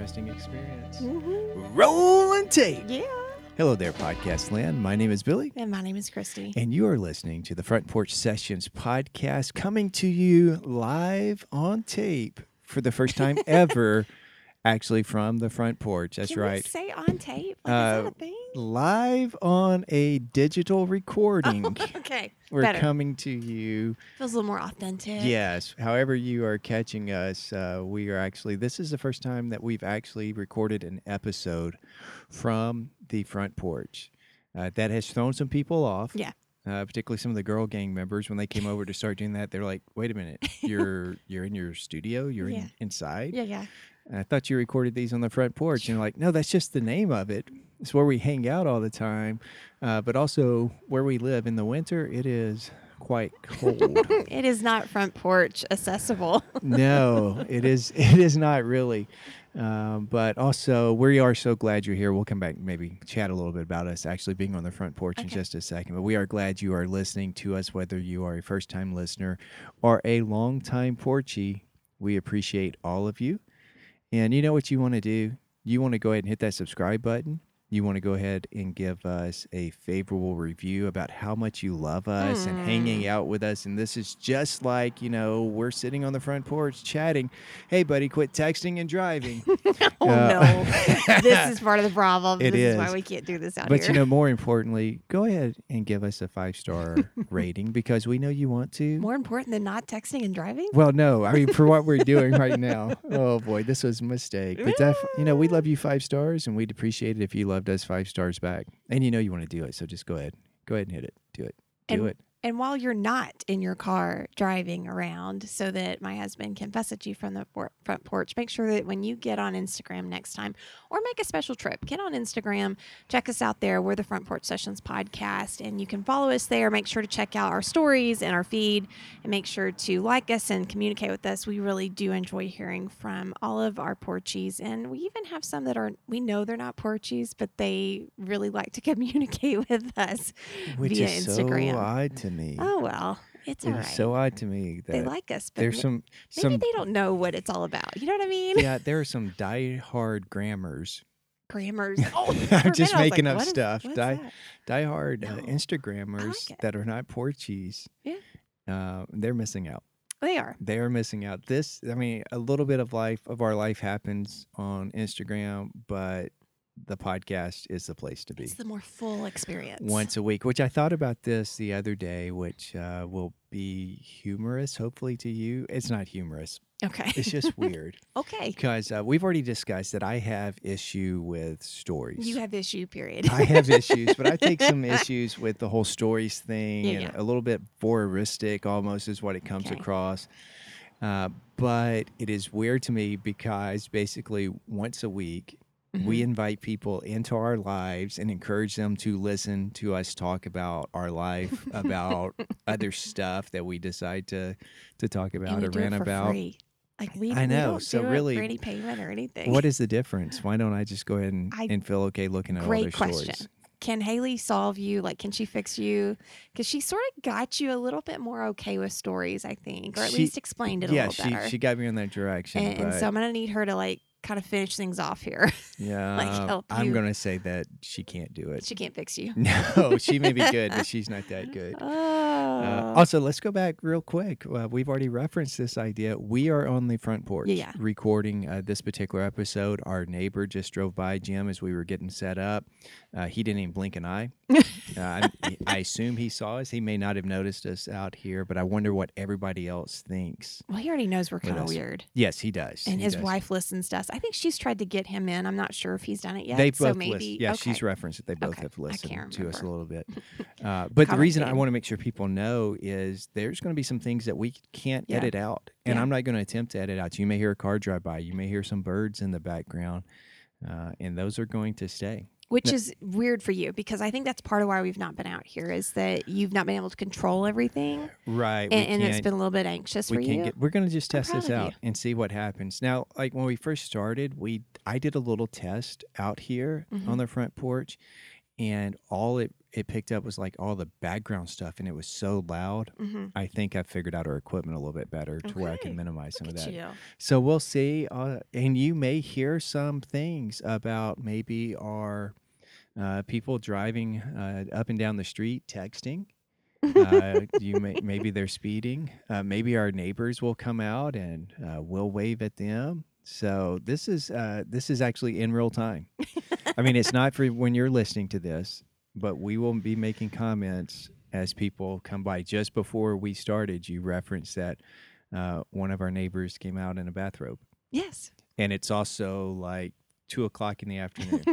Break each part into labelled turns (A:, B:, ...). A: experience.
B: Rolling tape.
C: Mm-hmm. Yeah.
B: Hello there, podcast land. My name is Billy,
C: And my name is Christy.
B: and you are listening to the Front Porch Sessions podcast coming to you live on tape for the first time ever, actually, from the front porch. That's
C: Can we
B: right.
C: say on tape? Like, is
B: Uh,
C: that a thing?
B: Live on a digital recording.
C: Okay.
B: We're
C: Oh, better.
B: coming to you.
C: Feels a little more authentic.
B: Yes. However, you are catching us, uh, we are actually, this is the first time that we've actually recorded an episode from the front porch. Uh, that has thrown some people off.
C: Yeah.
B: Uh, particularly some of the girl gang members when they came over to start doing that they're like wait a minute you're you're in your studio you're
C: Yeah.
B: in, inside
C: Yeah, yeah.
B: and i thought you recorded these on the front porch and you're like no that's just the name of it it's where we hang out all the time uh, but also where we live in the winter it is quite cold
C: It is not front porch accessible.
B: no, it is. It is not really. Um, but also, we are so glad you're here. We'll come back and maybe chat a little bit about us actually being on the front porch in
C: Okay.
B: just a second. But we are glad you are listening to us, whether you are a first time listener or a long time porchie. We appreciate all of you. And you know what you want to do? You want to go ahead and hit that subscribe button. You want to go ahead and give us a favorable review about how much you love us and
C: Mm.
B: hanging out with us. And this is just like, you know, we're sitting on the front porch chatting. Hey, buddy, quit texting and driving.
C: oh,
B: Uh,
C: no. this is part of the problem.
B: It
C: this is. why
B: is.
C: we can't do this out
B: but, you
C: here.
B: know, more importantly, go ahead and give us a five star rating because we know you want to.
C: more important than not texting and driving?
B: Well, no, I mean for what we're doing right now. Oh boy, this was a mistake. But def- you know, we love you five stars, and we'd appreciate it if you loved us five stars back. And you know you want to do it, so just go ahead, go ahead and hit it, do it, do it.
C: And while you're not in your car driving around, so that my husband can message you from the por- front porch, make sure that when you get on Instagram next time or make a special trip, get on Instagram, check us out there. We're the Front Porch Sessions podcast, and you can follow us there. Make sure to check out our stories and our feed, and make sure to like us and communicate with us. We really do enjoy hearing from all of our porchies, and we even have some that are we know they're not porchies, but they really like to communicate with us.
B: Which
C: via
B: is
C: Instagram.
B: so odd to me.
C: Oh well, it's
B: it
C: all
B: is
C: right.
B: so odd to me that
C: they like us, but
B: there's
C: ma-
B: some
C: maybe
B: some
C: they don't know what it's all about. You know what I mean?
B: yeah there are some diehard grammars
C: Grammars. Oh,
B: I'm
C: for a minute
B: just
C: I was
B: making
C: like,
B: up
C: what is-
B: stuff.
C: what's
B: Di-
C: that?
B: diehard uh,
C: No.
B: Instagrammers
C: it.
B: that are not Portuguese.
C: Yeah.
B: uh, they're missing out.
C: Oh, They are.
B: they are missing out. This, I mean, a little bit of life of our life happens on Instagram, but the podcast is the place to be
C: It's the more full experience.
B: once a week. Which I thought about this the other day, which uh, will be humorous, hopefully, to you. It's not humorous.
C: Okay.
B: It's just weird
C: okay.
B: because uh, we've already discussed that I have issue with stories.
C: You have issue. Period.
B: I have issues, but I take some issues with the whole stories thing
C: Yeah,
B: and
C: yeah.
B: a little bit voyeuristic almost is what it comes
C: Okay.
B: across. Uh, but it is weird to me because basically once a week
C: Mm-hmm.
B: we invite people into our lives and encourage them to listen to us talk about our life, about other stuff that we decide to to talk
C: Mm-hmm. and
B: about
C: we
B: or
C: do
B: rant
C: it for
B: about.
C: free. Like we.
B: I
C: we
B: know,
C: don't
B: so
C: do it
B: really,
C: for any payment or anything.
B: What is the difference? Why don't I just go ahead and,
C: I-
B: and feel okay looking at all
C: Great
B: their
C: question.
B: stories?
C: Can Haley solve you? Like, can she fix you? Because she sort of got you a little bit more okay with stories, I think, or at
B: She-
C: least explained it a
B: yeah,
C: little better.
B: she, she got me in that direction.
C: and, and
B: but-
C: so I'm gonna need her to like kind of finish things off here.
B: Yeah.
C: help
B: I'm
C: you.
B: going to say that she can't do it.
C: she can't fix you.
B: no, she may be good, but she's not that good.
C: Oh,
B: Uh, also, let's go back real quick. Uh, we've already referenced this idea. We are on the front porch
C: Yeah, yeah.
B: recording uh, this particular episode. Our neighbor just drove by, Jim, as we were getting set up. Uh, he didn't even blink an eye. uh, I, I assume he saw us. He may not have noticed us out here, but I wonder what everybody else thinks.
C: well, he already knows we're kind of
B: us.
C: weird,
B: Yes, he does.
C: and
B: He
C: his
B: does.
C: wife listens to us. I think she's tried to get him in. I'm not sure if he's done it yet.
B: They both
C: so
B: list-
C: maybe.
B: Yeah,
C: okay.
B: she's referenced it. They both
C: Okay.
B: have
C: I can't
B: listened to us a
C: remember.
B: little bit. Uh, but the reason I
C: Commenting.
B: want to make sure people know is there's going to be some things that we can't
C: Yeah.
B: edit out, and
C: Yeah.
B: I'm not going to attempt to edit out. You may hear a car drive by. You may hear some birds in the background, uh, and those are going to stay.
C: Which is weird for you because I think that's part of why we've not been out here is that you've not been able to control everything,
B: Right.
C: and, and it's been a little bit anxious for
B: we
C: you.
B: can't get we're going to just
C: I'm
B: test
C: proud
B: this
C: of you.
B: out and see what happens now like when we first started we i did a little test out here
C: Mhm.
B: on the front porch and all it it picked up was like all the background stuff, and it was so loud.
C: Mm-hmm.
B: I think I figured out our equipment a little bit better to where I
C: Okay.
B: can minimize some
C: Look
B: of
C: at
B: that.
C: you.
B: So we'll see, uh, and you may hear some things about maybe our uh, people driving uh, up and down the street texting. Uh, you may maybe they're speeding. Uh, maybe our neighbors will come out and uh, we'll wave at them. So this is uh, this is actually in real time. I mean, it's not for when you're listening to this, but we will be making comments as people come by. Just before we started, you referenced that uh, one of our neighbors came out in a bathrobe,
C: Yes.
B: and it's also like two o'clock in the afternoon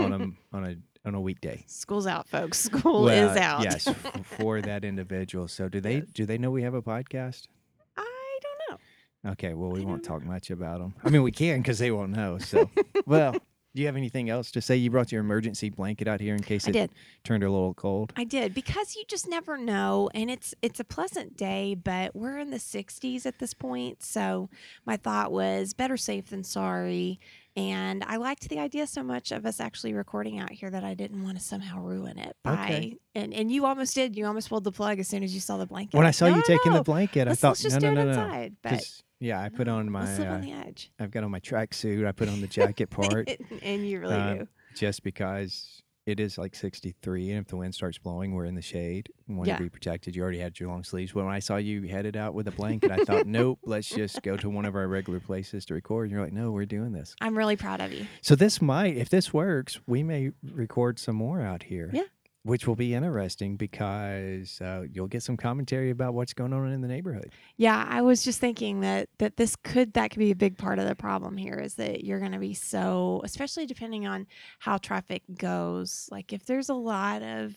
B: on a on a on a weekday.
C: School's out, folks. School
B: Well,
C: is out.
B: Yes, f- for that individual. So do they
C: Yes.
B: do they know we have a podcast?
C: I don't know.
B: Okay, well we
C: I
B: won't
C: don't know.
B: talk much about them. I mean, we can because they won't know. So, well, do you have anything else to say? You brought your emergency blanket out here in case
C: I
B: it
C: did.
B: turned a little cold.
C: I did because you just never know, and it's it's a pleasant day, but we're in the 60s at this point, so my thought was better safe than sorry. And I liked the idea so much of us actually recording out here that I didn't want to somehow ruin it by
B: Okay.
C: and and you almost did. You almost pulled the plug as soon as you saw the blanket.
B: When I saw
C: No,
B: you
C: no,
B: taking
C: no.
B: the blanket,
C: let's,
B: I thought
C: let's just
B: no,
C: do
B: no,
C: it
B: no, no.
C: outside. But
B: 'Cause, yeah, I put
C: no,
B: on my
C: let's live
B: uh,
C: on the edge.
B: I've got on my tracksuit. I put on the jacket part.
C: and you really
B: uh,
C: do.
B: just because it is like 63 and if the wind starts blowing we're in the shade and want
C: Yeah.
B: to be protected you already had your long sleeves when i saw you headed out with a blanket i thought nope let's just go to one of our regular places to record and you're like no we're doing this
C: I'm really proud of you.
B: so this might if this works we may record some more out here
C: Yeah.
B: which will be interesting because uh, you'll get some commentary about what's going on in the neighborhood
C: Yeah, I was just thinking that that this could that could be a big part of the problem here is that you're going to be so especially depending on how traffic goes. Like if there's a lot of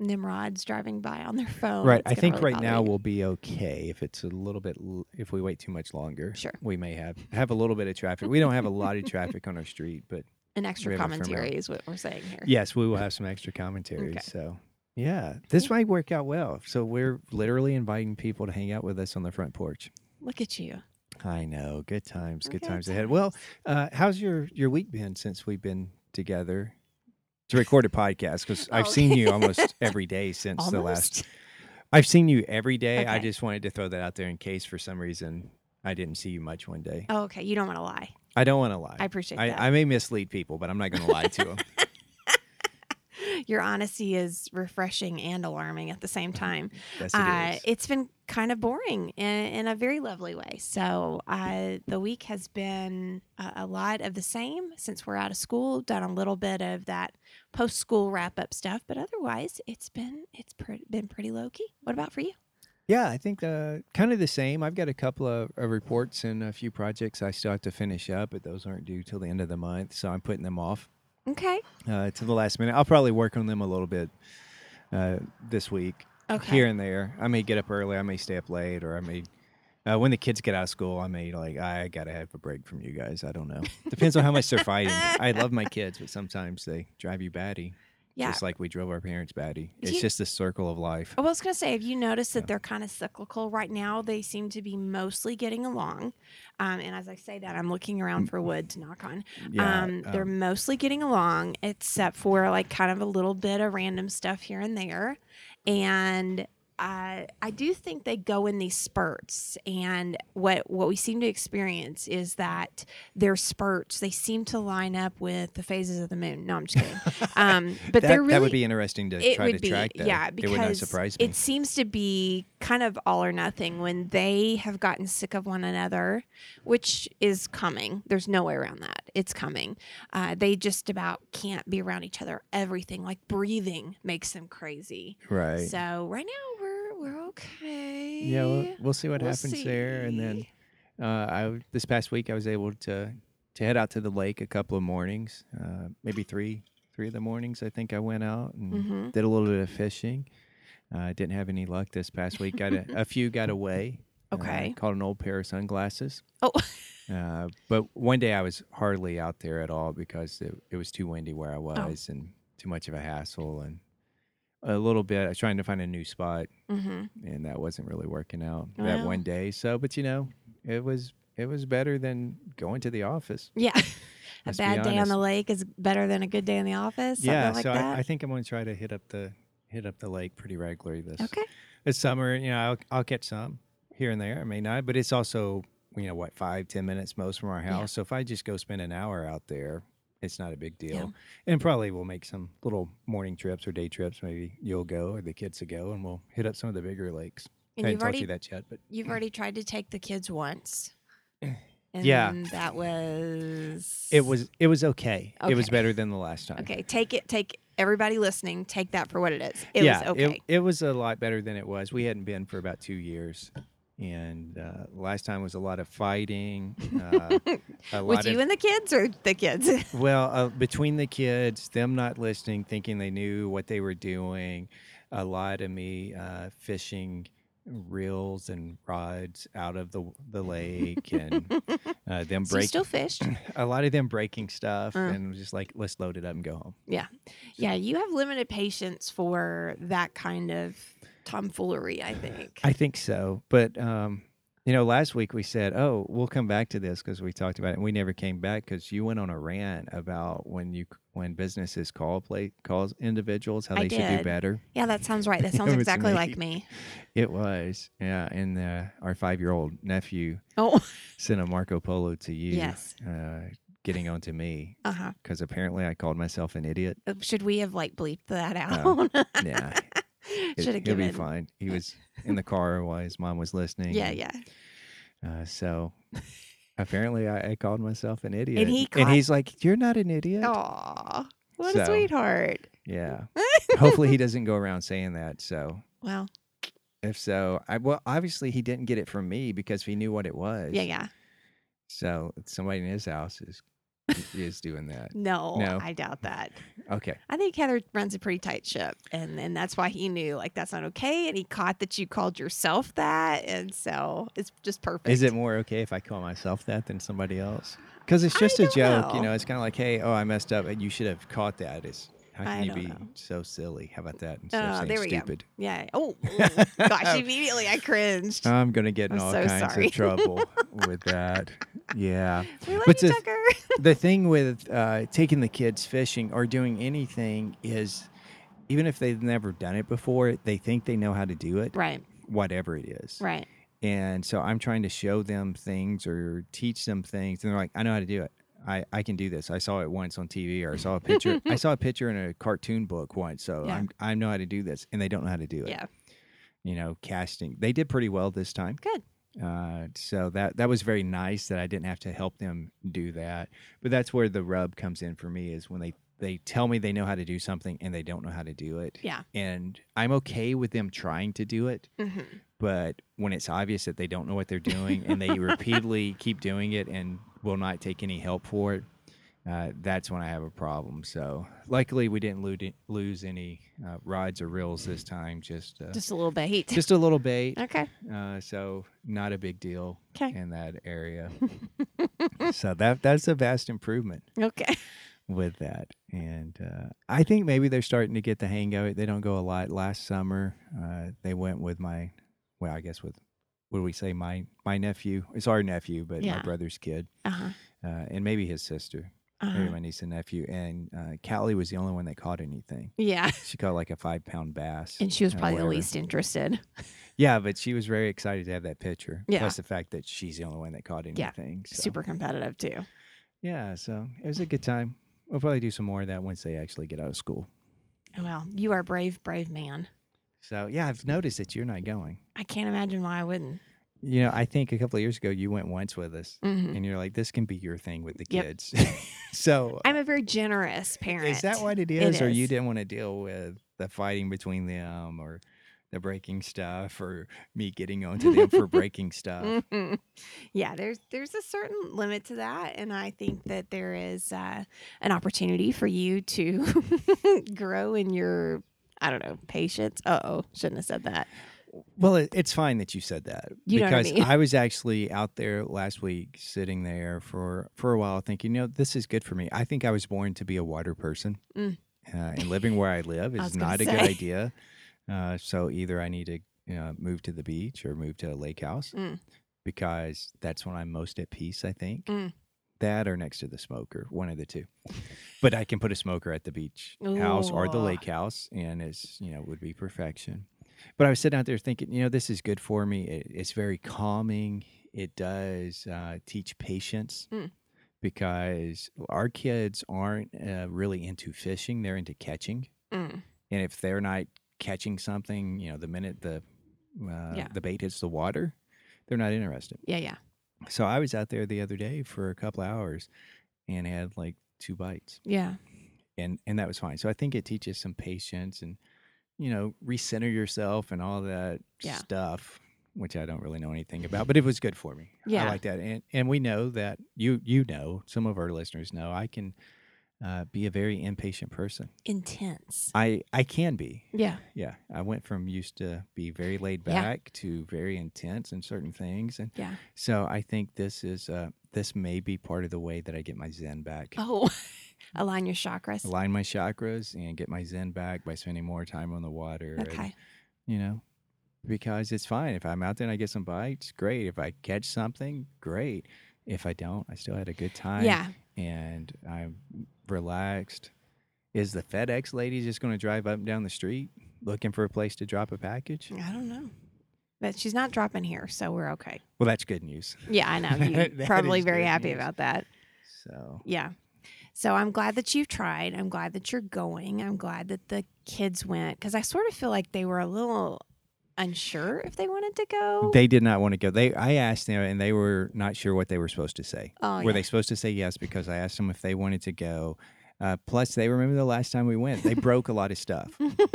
C: Nimrods driving by on their phone.
B: right
C: it's
B: i
C: Oh, gonna
B: think
C: really
B: right
C: bother
B: now
C: you.
B: we'll be okay if it's a little bit l- if we wait too much longer
C: Sure.
B: we may have have a little bit of traffic we don't have a lot of traffic on our street but
C: an
B: we
C: extra
B: have a firm
C: commentary is what we're saying here.
B: Yes, we will have some extra commentary.
C: Okay.
B: So, yeah, this might work out well. So, we're literally inviting people to hang out with us on the front porch.
C: Look at you.
B: I know. Good times. Good,
C: Good
B: times ahead. Well, uh, how's your, your week been since we've been together to record a podcast? Because I've
C: Oh.
B: seen you almost every day since
C: Almost.
B: the last. I've seen you every day. I
C: Okay.
B: just wanted to throw that out there in case for some reason I didn't see you much one day.
C: Oh, okay, you don't want to lie.
B: I don't want to lie.
C: I appreciate
B: I,
C: that.
B: I may mislead people, but I'm not going to lie to them.
C: Your honesty is refreshing and alarming at the same
B: Mm-hmm.
C: time.
B: Yes, it
C: uh,
B: is.
C: it's been kind of boring in, in a very lovely way. So uh, the week has been a, a lot of the same since we're out of school. Done a little bit of that post school wrap up stuff, but otherwise, it's been it's pre- been pretty low key. What about for you?
B: Yeah, I think uh, kind of the same. I've got a couple of, of reports and a few projects I still have to finish up, but those aren't due till the end of the month, so I'm putting them off
C: Okay.
B: uh, to the last minute. I'll probably work on them a little bit uh, this week,
C: Okay.
B: here and there. I may get up early, I may stay up late, or I may. Uh, when the kids get out of school, I may like I gotta have a break from you guys. I don't know. Depends on how much they're fighting. I love my kids, but sometimes they drive you batty,
C: Yeah.
B: just like we drove our parents batty.
C: Do
B: It's
C: you- Oh,
B: just the circle of life.
C: I was going to say, have you noticed that
B: Yeah.
C: they're kind of cyclical right now? They seem to be mostly getting along. Um, and as I say that, I'm looking
B: Mm.
C: around for wood to knock on. um, they're
B: um,
C: mostly getting along, except for like kind of a little bit of random stuff here and there. And I, I do think they go in these spurts. And what what we seem to experience is that their spurts they seem to line up with the phases of the moon. No, I'm just kidding. Um, but
B: that,
C: they're really
B: that would be interesting to try to track that.
C: yeah,
B: it would not
C: because
B: surprise me.
C: it seems to be kind of all or nothing when they have gotten sick of one another, which is coming. There's no way around that. It's coming. Uh, they just about can't be around each other. Everything like breathing makes them crazy.
B: right.
C: So right now we're we're okay.
B: yeah, we'll, we'll see what
C: We'll
B: happens there, and then
C: see.
B: uh, I w- this past week I was able to to head out to the lake a couple of mornings, uh, maybe three three of the mornings. I think I went out and
C: Mhm.
B: did a little bit of fishing. Uh, I didn't have any luck this past week. Got a, a few got away. uh,
C: Okay.
B: caught an old pair of sunglasses.
C: Oh.
B: Uh, but one day I was hardly out there at all because it, it was too windy
C: Oh.
B: where I was and too much of a hassle and a little bit. I was trying to find a new spot
C: Mhm.
B: and that wasn't really working out that
C: Well.
B: one day. So, but you know, it was it was better than going to the office.
C: yeah. A
B: Let's be
C: bad day on
B: honest.
C: the lake is better than a good day in the office. something
B: yeah,
C: like
B: so
C: that.
B: I, I think I'm going to try to hit up the hit up the lake pretty regularly this
C: Okay.
B: this summer. You know, I'll, I'll catch some here and there. I may not, but it's also you know what five ten minutes most from our
C: Yeah.
B: house. So if I just go spend an hour out there, it's not a big deal.
C: Yeah.
B: And probably we'll make some little morning trips or day trips. Maybe you'll go or the kids will go, and we'll hit up some of the bigger lakes.
C: And
B: I
C: you've
B: haven't told
C: already
B: you that yet, but
C: you've already tried to take the kids once. And
B: Yeah.
C: That was
B: it was it was okay. It was
C: Okay.
B: better than the last time.
C: Okay, take it take everybody listening, take that for what it is. It was okay.
B: It, it was a lot better than it was. We hadn't been for about two years. And uh, last time was a lot of fighting. Uh, a lot
C: With
B: of,
C: you and the kids or the kids?
B: Well, uh, between the kids, them not listening, thinking they knew what they were doing, a lot of me uh, fishing reels and rods out of the the lake, and uh, them
C: so you
B: break
C: still fished?
B: a lot of them breaking stuff,
C: Mm.
B: and just like let's load it up and go home.
C: Yeah. Yeah, you have limited patience for that kind of tomfoolery, I think.
B: I think so, but um, you know, last week we said, "Oh, we'll come back to this" because we talked about it, and we never came back because you went on a rant about when you when businesses call play calls individuals how
C: I
B: they should do
C: did.
B: better.
C: yeah, that sounds right. That
B: It
C: sounds
B: was
C: exactly
B: me.
C: like me.
B: It was, yeah. And uh, our five-year-old nephew
C: Oh,
B: sent a Marco Polo to you,
C: yes.
B: uh, getting onto me
C: Uh-huh.
B: because apparently I called myself an idiot.
C: Uh, Should we have like bleeped that
B: Oh,
C: out?
B: Nah, it,
C: Should
B: he'll
C: have
B: be
C: given.
B: fine. He was in the car while his mom was listening.
C: Yeah,
B: and,
C: yeah.
B: Uh, so apparently, I, I called myself an idiot,
C: he Oh. caught-
B: he's like, "You're not an idiot."
C: Aw, what
B: So-
C: a sweetheart.
B: Yeah. Hopefully, he doesn't go around saying that. So
C: Well,
B: if so, I well, obviously he didn't get it from me because he knew what it was.
C: yeah, yeah.
B: So somebody in his house is is doing that.
C: No,
B: No.
C: I doubt that.
B: Okay.
C: I think Heather runs a pretty tight ship, and and that's why he knew like that's not okay, and he caught that you called yourself that, and so it's just perfect.
B: Is it more okay if I call myself that than somebody else? Because it's
C: I
B: just a
C: don't
B: joke, you
C: know.
B: know. It's kind of like, hey, oh, I messed up, and you should have caught that. It's how can
C: I
B: you
C: don't
B: be
C: know.
B: so silly? How about that? Instead
C: Oh,
B: of saying
C: there we go.
B: stupid.
C: Yeah. Oh, oh, gosh! Immediately I cringed.
B: I'm gonna get in
C: I'm
B: all
C: so
B: kinds
C: sorry.
B: of trouble with that. Yeah.
C: we love
B: but
C: you,
B: the-
C: Tucker.
B: the thing with uh, taking the kids fishing or doing anything is even if they've never done it before they think they know how to do it
C: right.
B: whatever it is
C: Right.
B: and so i'm trying to show them things or teach them things and they're like i know how to do it i, I can do this i saw it once on tv or i saw a picture i saw a picture in a cartoon book once so
C: Yeah.
B: I'm, i know how to do this and they don't know how to do it
C: Yeah.
B: you know casting they did pretty well this time
C: Good.
B: uh, so that that was very nice that I didn't have to help them do that. But that's where the rub comes in for me is when they they tell me they know how to do something and they don't know how to do it.
C: Yeah.
B: And I'm okay with them trying to do it,
C: hmm
B: but when it's obvious that they don't know what they're doing and they repeatedly keep doing it and will not take any help for it, uh, that's when I have a problem. So luckily we didn't lose lose any uh, rods or reels this time. Just uh,
C: Just a little bait.
B: just a little bait.
C: okay.
B: Uh, so not a big deal
C: Okay.
B: in that area. so that that's a vast improvement
C: Okay.
B: with that, and uh, I think maybe they're starting to get the hang of it. They don't go a lot. Last summer, uh, they went with my, well, I guess with, what do we say, my my nephew? It's our nephew, but my
C: Yeah.
B: brother's kid,
C: Uh huh.
B: uh, and maybe his sister,
C: Uh-huh.
B: maybe my niece and nephew. And uh, Callie was the only one that caught anything.
C: Yeah.
B: She caught like a five pound bass,
C: And she was
B: uh,
C: probably the
B: whatever.
C: least interested.
B: Yeah, but she was very excited to have that picture.
C: Yeah.
B: Plus the fact that she's the only one that caught
C: Yeah.
B: anything. so-
C: Super competitive too.
B: Yeah, so it was a good time. We'll probably do some more of that once they actually get out of school.
C: Oh, Well, you are a brave, brave man.
B: So yeah,
C: Mm.
B: I've noticed that you're not going.
C: I can't imagine why I wouldn't.
B: You know, I think a couple of years ago you went once with us,
C: Mhm.
B: and you're like, "This can be your thing with the
C: Yep.
B: kids." so
C: I'm a very generous parent.
B: is that what it
C: It
B: is, or you
C: is.
B: didn't want to deal with the fighting between them, or the breaking stuff, or me getting onto them for breaking stuff?
C: Mhm. Yeah, there's there's a certain limit to that, and I think that there is uh, an opportunity for you to grow in your I don't know patience. Uh oh, shouldn't have said that.
B: Well, it, it's fine that you said that
C: You know what I
B: because
C: mean.
B: I was actually out there last week, sitting there for for a while, thinking, you know, this is good for me. I think I was born to be a water person,
C: Mm.
B: uh, and living where I live
C: I
B: is
C: was gonna
B: not a good
C: say.
B: idea. Uh, so either I need to you know, move to the beach or move to a lake house
C: Mm.
B: because that's when I'm most at peace. I think
C: Mm.
B: that or next to the smoker, one of the two. But I can put a smoker at the beach house or the
C: Ooh.
B: lake house, and it's you know would be perfection. But I was sitting out there thinking, you know, this is good for me. It, it's very calming. It does uh, teach patience
C: Mm.
B: because our kids aren't uh, really into fishing; they're into catching.
C: Mm.
B: And if they're not catching something, you know, the minute the uh,
C: Yeah.
B: the bait hits the water, they're not interested.
C: Yeah, yeah.
B: So I was out there the other day for a couple hours and had like two bites.
C: Yeah.
B: And and that was fine. So I think it teaches some patience and you know, recenter yourself and all that
C: Yeah.
B: stuff, which I don't really know anything about, but it was good for me. I
C: Yeah.
B: like that. And and we know that you you know, some of our listeners know I can uh, be a very impatient person.
C: Intense.
B: I I can be.
C: Yeah.
B: Yeah, I went from used to be very laid
C: Yeah.
B: back to very intense in certain things, and
C: Yeah.
B: so I think this is uh, this may be part of the way that I get my zen back.
C: Oh, align your chakras.
B: Align my chakras and get my zen back by spending more time on the water. and,
C: Okay.
B: you know, because it's fine if I'm out there and I get some bites, great. If I catch something, great. If I don't, I still had a good time.
C: yeah.
B: and I'm relaxed. Is the FedEx lady just going to drive up and down the street looking for a place to drop a package?
C: I don't know. But she's not dropping here, so we're okay.
B: Well, that's good news.
C: Yeah, I know.
B: That
C: You're probably
B: is
C: very
B: good
C: happy
B: news.
C: about that.
B: So
C: Yeah. So I'm glad that you've tried. I'm glad that you're going. I'm glad that the kids went because I sort of feel like they were a little unsure if they wanted to go.
B: they did not want to go. They I asked them and they were not sure what they were supposed to say.
C: oh,
B: were
C: yeah.
B: they supposed to say yes because I asked them if they wanted to go? Uh, plus, they remember the last time we went. They broke a lot of stuff.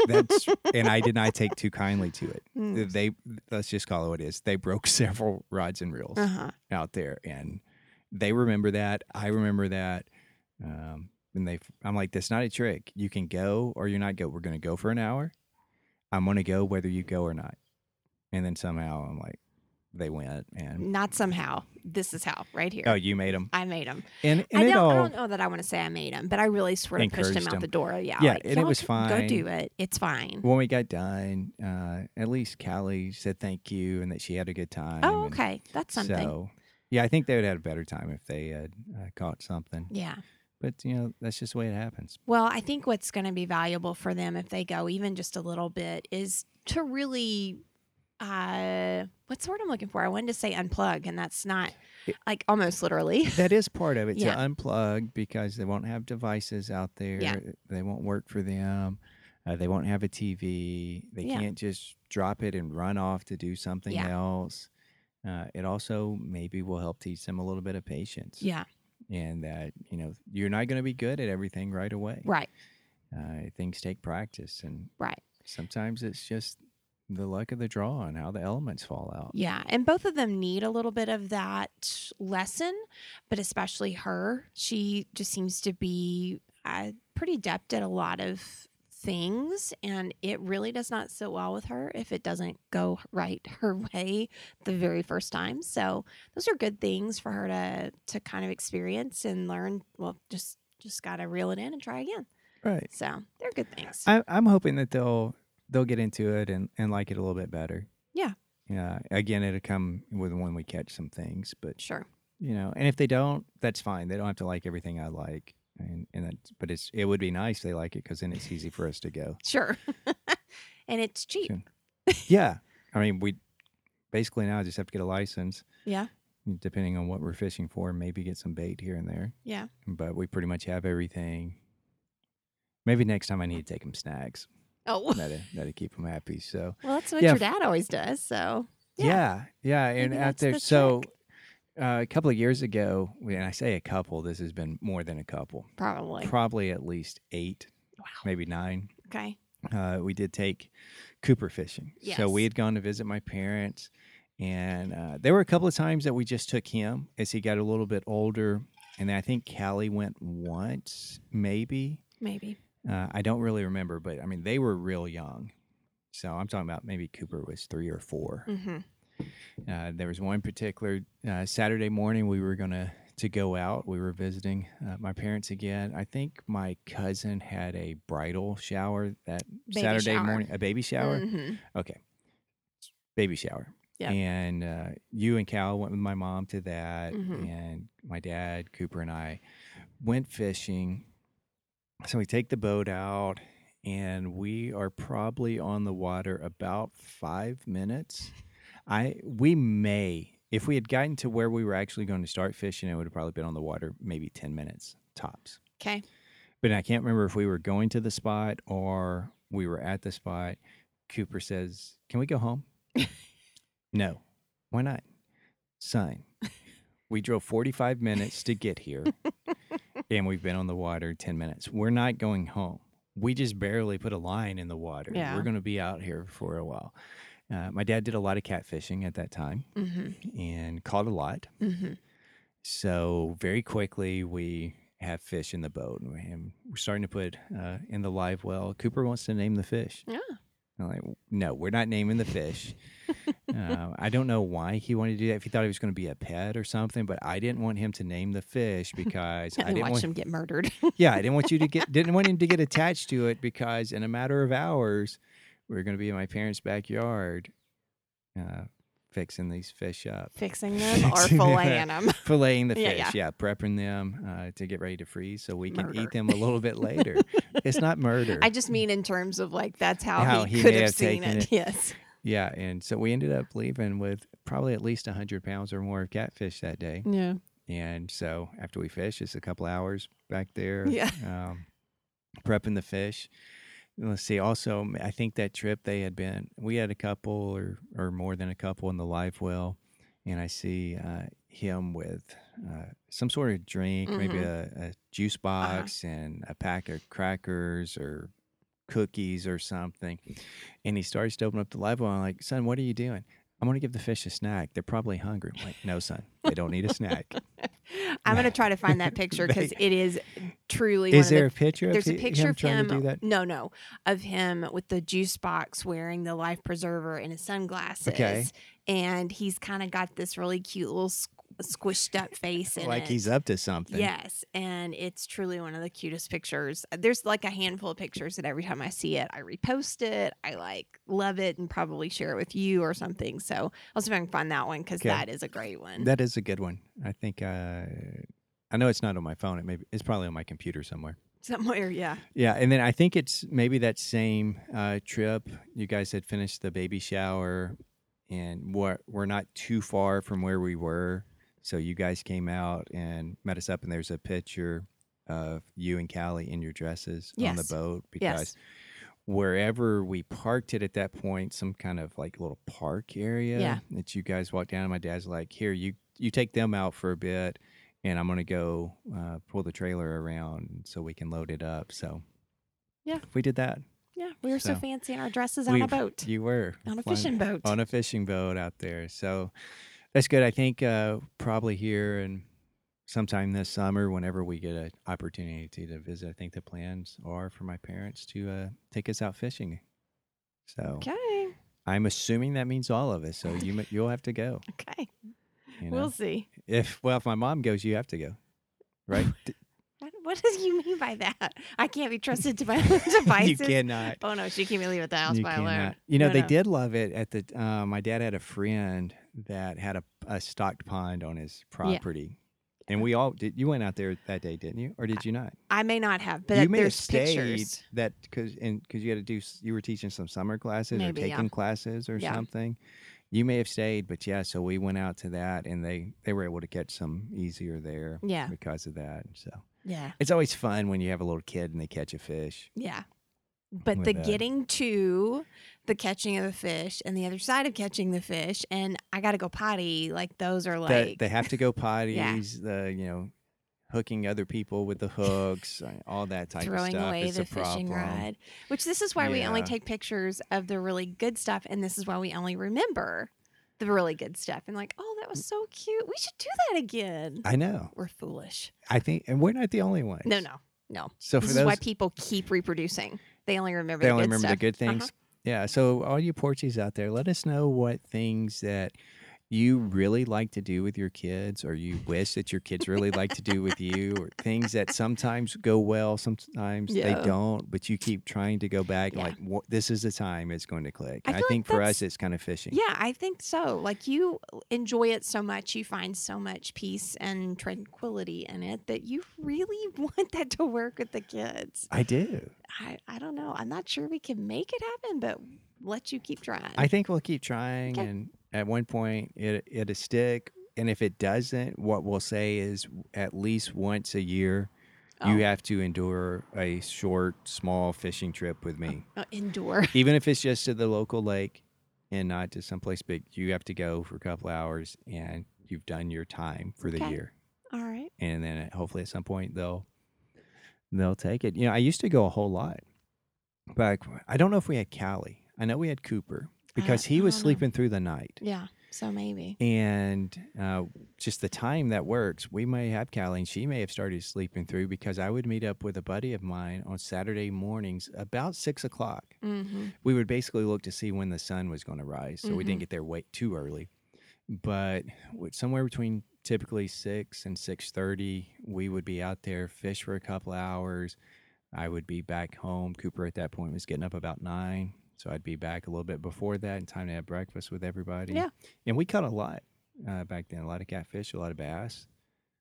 B: That's and I did not take too kindly to it.
C: Mm.
B: They let's just call it what it is. They broke several rods and reels.
C: Uh-huh.
B: out there and they remember that i remember that um, and they i'm like that's not a trick you can go or you're not go we're going to go for an hour i'm going to go whether you go or not and then somehow i'm like they went and
C: Not somehow. This is how, right here.
B: oh you made them
C: I made them.
B: and, and
C: I
B: it
C: don't,
B: all
C: I don't know that I want to say I made them, but I really sort of pushed
B: Encouraged
C: him out
B: him.
C: the door. Yeah.
B: Yeah,
C: like,
B: and it
C: "Y'all
B: was
C: can
B: fine.
C: Go do it. It's fine.
B: when we got done uh, at least callie said thank you and that she had a good time
C: oh,
B: and
C: okay. That's something.
B: so yeah i think they would have had a better time if they had uh, caught something
C: yeah.
B: but you know that's just the way it happens
C: Well, I think what's going to be valuable for them if they go even just a little bit is to really, uh, what's the word I'm looking for? I wanted to say unplug, and that's not
B: It-
C: like almost literally.
B: That is part of it
C: Yeah.
B: to unplug because they won't have devices out there.
C: Yeah.
B: They won't work for them. Uh, they won't have a TV. They
C: Yeah.
B: can't just drop it and run off to do something
C: Yeah.
B: else. Uh, it also maybe will help teach them a little bit of patience
C: Yeah,
B: and that you know you're not going to be good at everything right away.
C: right,
B: Uh, things take practice, and
C: right.
B: sometimes it's just the luck of the draw and how the elements fall out.
C: Yeah. And both of them need a little bit of that lesson, but especially her. She just seems to be uh, pretty adept at a lot of things, and it really does not sit well with her if it doesn't go right her way the very first time. So those are good things for her to to kind of experience and learn. Well, just just got to reel it in and try again.
B: Right.
C: So they're good things.
B: I, I'm hoping that they'll they'll get into it and, and like it a little bit better.
C: Yeah.
B: Yeah. Again, it'll come with when we catch some things, but
C: sure.
B: you know, and if they don't, that's fine. They don't have to like everything I like, and and that's, but it's it would be nice if they like it because then it's easy for us to go.
C: Sure. and it's cheap.
B: Sure. yeah. I mean, we basically now just have to get a license,
C: Yeah.
B: depending on what we're fishing for, maybe get some bait here and there.
C: Yeah.
B: But we pretty much have everything. Maybe next time I need to take them snacks.
C: Oh.
B: That'd, that'd keep them happy. So.
C: Well, that's what
B: Yeah,
C: your
B: f-
C: dad always does. So,
B: Yeah,
C: Yeah.
B: yeah, and
C: Maybe
B: out
C: that's
B: there.
C: the
B: so, uh, a couple of years ago, and I say a couple, this has been more than a couple,
C: probably.
B: probably at least eight,
C: wow.
B: maybe nine.
C: Okay.
B: Uh, we did take Cooper fishing. So we
C: Yes.
B: had gone to visit my parents, and uh, there were a couple of times that we just took him as he got a little bit older, and I think Callie went once, maybe.
C: Maybe.
B: Uh, I don't really remember, but I mean they were real young. So I'm talking about maybe Cooper was three or four.
C: Mm-hmm.
B: Uh, there was one particular uh, Saturday morning we were gonna to go out. We were visiting uh, my parents again. I think my cousin had a bridal shower that
C: Baby
B: Saturday
C: shower.
B: morning, a baby shower.
C: Mm-hmm.
B: Baby shower.
C: Yeah.
B: And uh, you and Cal went with my mom to that,
C: Mhm.
B: and my dad, Cooper, and I went fishing. So we take the boat out, and we are probably on the water about five minutes. I we may, if we had gotten to where we were actually going to start fishing, it would have probably been on the water maybe ten minutes tops
C: Okay.
B: but I can't remember if we were going to the spot or we were at the spot. Cooper says, "Can we go home?" no. Why not? Son, we drove 45 minutes to get here and we've been on the water 10 minutes. We're not going home. We just barely put a line in the water.
C: Yeah.
B: We're going to be out here for a while. Uh, my dad did a lot of catfishing at that time
C: Mm-hmm.
B: and caught a lot.
C: Mm-hmm.
B: So very quickly we have fish in the boat, and we- and we're starting to put uh, in the live well. Cooper wants to name the fish.
C: Yeah.
B: I'm like, no, we're not naming the fish. uh, I don't know why he wanted to do that. If he thought he was going to be a pet or something, but I didn't want him to name the fish because I
C: And
B: didn't
C: watch
B: want.
C: them get murdered.
B: Yeah, I didn't want you to get. Didn't want him to get attached to it because in a matter of hours, we are going to be in my parents' backyard, uh, fixing these fish up
C: Fixing them or
B: Fixing them.
C: filleting them.
B: filleting the
C: Yeah,
B: fish,
C: yeah.
B: yeah, prepping them uh, to get ready to freeze so we can
C: Murder.
B: eat them a little bit later. it's not murder.
C: I just mean in terms of like that's how,
B: How
C: he,
B: he
C: could
B: may
C: have,
B: have
C: seen
B: taken
C: it.
B: it.
C: Yes.
B: yeah, and so we ended up leaving with probably at least 100 pounds or more of catfish that day.
C: Yeah.
B: And so after we fish, it's a couple hours back there.
C: Yeah.
B: Um, prepping the fish. Let's see. Also, m- I think that trip they had been, we had a couple or, or more than a couple in the live well. And I see uh, him with uh, some sort of drink, maybe
C: Mhm.
B: a, a juice box and a pack of crackers or cookies or something. And he starts to open up the live well. I'm like, son, what are you doing? I'm going to give the fish a snack. They're probably hungry. I'm like, no, son, they don't need a snack.
C: I'm gonna try to find that picture because it is truly one
B: Is
C: of
B: there
C: the
B: a picture
C: there's
B: of
C: a
B: hi-
C: picture
B: him
C: of
B: trying
C: him uh,
B: to do that?
C: no no of him with the juice box wearing the life preserver and his sunglasses and he's kind of got this really cute little squ- squished up face in
B: Like
C: it.
B: he's up to something.
C: yes and it's truly one of the cutest pictures there's like a handful of pictures that every time i see it i repost it i like love it and probably share it with you or something so i'll see if i can find that one because
B: Okay.
C: that is a great one
B: That is a good one. I think uh, I know it's not on my phone. It may be, it's probably on my computer somewhere.
C: somewhere yeah
B: Yeah, and then I think it's maybe that same uh, trip. You guys had finished the baby shower, and we're, we're not too far from where we were. So you guys came out and met us up, and there's a picture of you and Callie in your dresses on the
C: Yes.
B: boat because
C: yes
B: wherever we parked it at that point, some kind of like little park area
C: Yeah.
B: that you guys walk down. And my dad's like, "Here, you you take them out for a bit, and I'm gonna go uh, pull the trailer around so we can load it up." So
C: Yeah.
B: we did that.
C: yeah we were so,
B: So,
C: fancy in our dresses on
B: We-
C: a boat
B: You were
C: on a
B: flying-
C: fishing boat
B: on a fishing boat out there. So that's good. I think uh, probably here and sometime this summer, whenever we get an opportunity to, to visit, I think the plans are for my parents to uh, take us out fishing. So
C: okay
B: I'm assuming that means all of us. So you ma- you'll have to go.
C: Okay,
B: You know?
C: we'll see.
B: if well, if my mom goes, you have to go, right? D-
C: What, what does you mean by that? I can't be trusted to my own devices.
B: you cannot.
C: Oh no, she can't be leave at the house
B: You
C: by
B: cannot.
C: alone.
B: You know
C: No,
B: they
C: no.
B: did love it at the. Uh, my dad had a friend that had a, a stocked pond on his property, and we all did. You went out there that day, didn't you, or did you not?
C: I may not have, but
B: you may have
C: there's
B: stayed
C: pictures.
B: that because and because you had to do. s- You were teaching some summer classes
C: Maybe,
B: or
C: yeah.
B: taking classes or
C: Yeah.
B: something. You may have stayed, but yeah. So we went out to that, and they they were able to catch some easier there.
C: Yeah,
B: because of that. So
C: yeah,
B: it's always fun when you have a little kid and they catch a fish.
C: yeah. But
B: With
C: the
B: that.
C: getting to the catching of the fish and the other side of catching the fish, and I got to go potty. Like those are
B: That-
C: like
B: they have to go
C: Yeah.
B: potties. The you know, hooking other people with the hooks, uh, all that type of
C: throwing
B: stuff.
C: away
B: is
C: the
B: a
C: fishing
B: problem.
C: rod. Which this is why we only
B: Yeah.
C: take pictures of the really good stuff, and this is why we only remember the really good stuff. And like, oh, that was so cute. We should do that again.
B: I know.
C: We're foolish.
B: I think, and we're not the only ones.
C: No, no, no.
B: So for
C: This is
B: those,
C: why people keep reproducing. They only remember.
B: they
C: the
B: only
C: good
B: remember the
C: stuff.
B: good
C: Uh-huh.
B: things. Yeah. So all you Porchies out there, let us know what things that you really like to do with your kids or you wish that your kids really like to do with you or things that sometimes go well sometimes
C: Yeah.
B: they don't but you keep trying to go back
C: Yeah.
B: like wha- this is the time it's going to click
C: I
B: i,
C: feel like
B: think for us
C: that's-
B: it's kind of fishing
C: Yeah, I think so. Like you enjoy it so much, you find so much peace and tranquility in it that you really want that to work with the kids.
B: i do
C: I, I don't know. I'm not sure we can make it happen, but let you keep trying.
B: i think we'll keep trying
C: Okay.
B: and at one point it, it'll stick and if it doesn't what we'll say is at least once a year you
C: Oh.
B: have to endure a short small fishing trip with me
C: Uh, endure.
B: even if it's just to the local lake and not to someplace big, you have to go for a couple hours and you've done your time for the
C: Okay.
B: year.
C: All right.
B: And then uh, hopefully at some point they'll they'll take it. You know, I used to go a whole lot. Back I don't know if we had Callie. I know we had Cooper because he
C: I
B: was
C: don't know.
B: sleeping through the night.
C: Yeah. So maybe.
B: And uh, just the time that works, we may have Callie and she may have started sleeping through because I would meet up with a buddy of mine on Saturday mornings about six o'clock
C: Mm-hmm.
B: we would basically look to see when the sun was going to rise. So we
C: Mhm.
B: didn't get there way too early, but w- somewhere between typically six and six thirty, we would be out there fish for a couple hours. I would be back home. Cooper at that point was getting up about nine, so I'd be back a little bit before that in time to have breakfast with everybody.
C: Yeah.
B: and we caught a lot uh, back then. A lot of catfish, a lot of bass.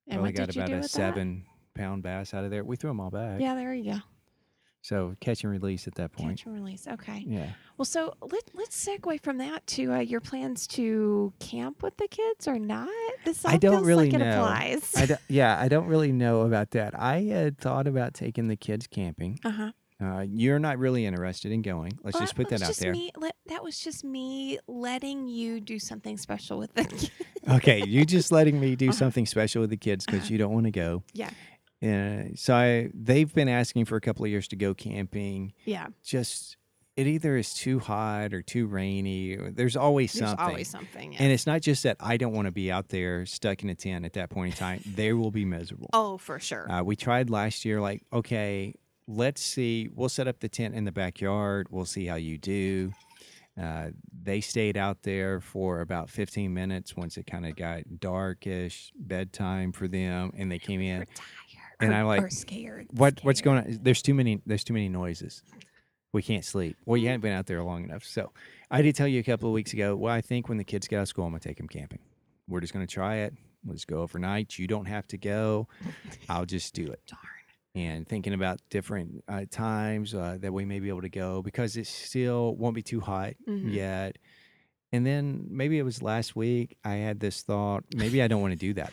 C: And
B: Probably
C: what
B: got
C: did you
B: about
C: do
B: a
C: with
B: seven pound bass out of there. We threw them all
C: that?
B: back.
C: Yeah, there you go.
B: So catch and release at that point.
C: Catch and release. Okay.
B: Yeah.
C: Well, so let, let's segue from that to uh, your plans to camp with the kids or not. This all
B: I don't
C: feels
B: really
C: like it
B: know.
C: applies.
B: I don't- yeah, I don't really know about that. I had thought about taking the kids camping.
C: uh huh.
B: Uh, you're not really interested in going. Let's just put that out there.
C: Me, let, that was just me letting you do something special with the kids.
B: Okay, you just letting me do
C: Uh-huh.
B: something special with the kids because
C: Uh-huh.
B: you don't want to go.
C: Yeah.
B: Uh, so I, they've been asking for a couple of years to go camping.
C: Yeah.
B: Just it either is too hot or too rainy. Or there's always
C: There's
B: something.
C: always something. yeah.
B: And it's not just that I don't want to be out there stuck in a tent at that point in time. they will be miserable.
C: oh, for sure.
B: Uh, we tried last year, like, okay, let's see. We'll set up the tent in the backyard. We'll see how you do. Uh, they stayed out there for about 15 minutes once it kind of got darkish, bedtime for them, and they came in.
C: We're tired.
B: and
C: or-
B: I, like,
C: or scared.
B: What what's
C: scared.
B: going on? There's too many. There's too many noises. We can't sleep. Well, you haven't been out there long enough. So, I did tell you a couple of weeks ago. Well, I think when the kids get out of school, I'm gonna take them camping. We're just gonna try it. We'll just go overnight. You don't have to go. I'll just do it
C: Darn.
B: and thinking about different uh, times uh, that we may be able to go because it still won't be too hot
C: Mhm.
B: yet. And then maybe it was last week I had this thought, maybe I don't want to do that.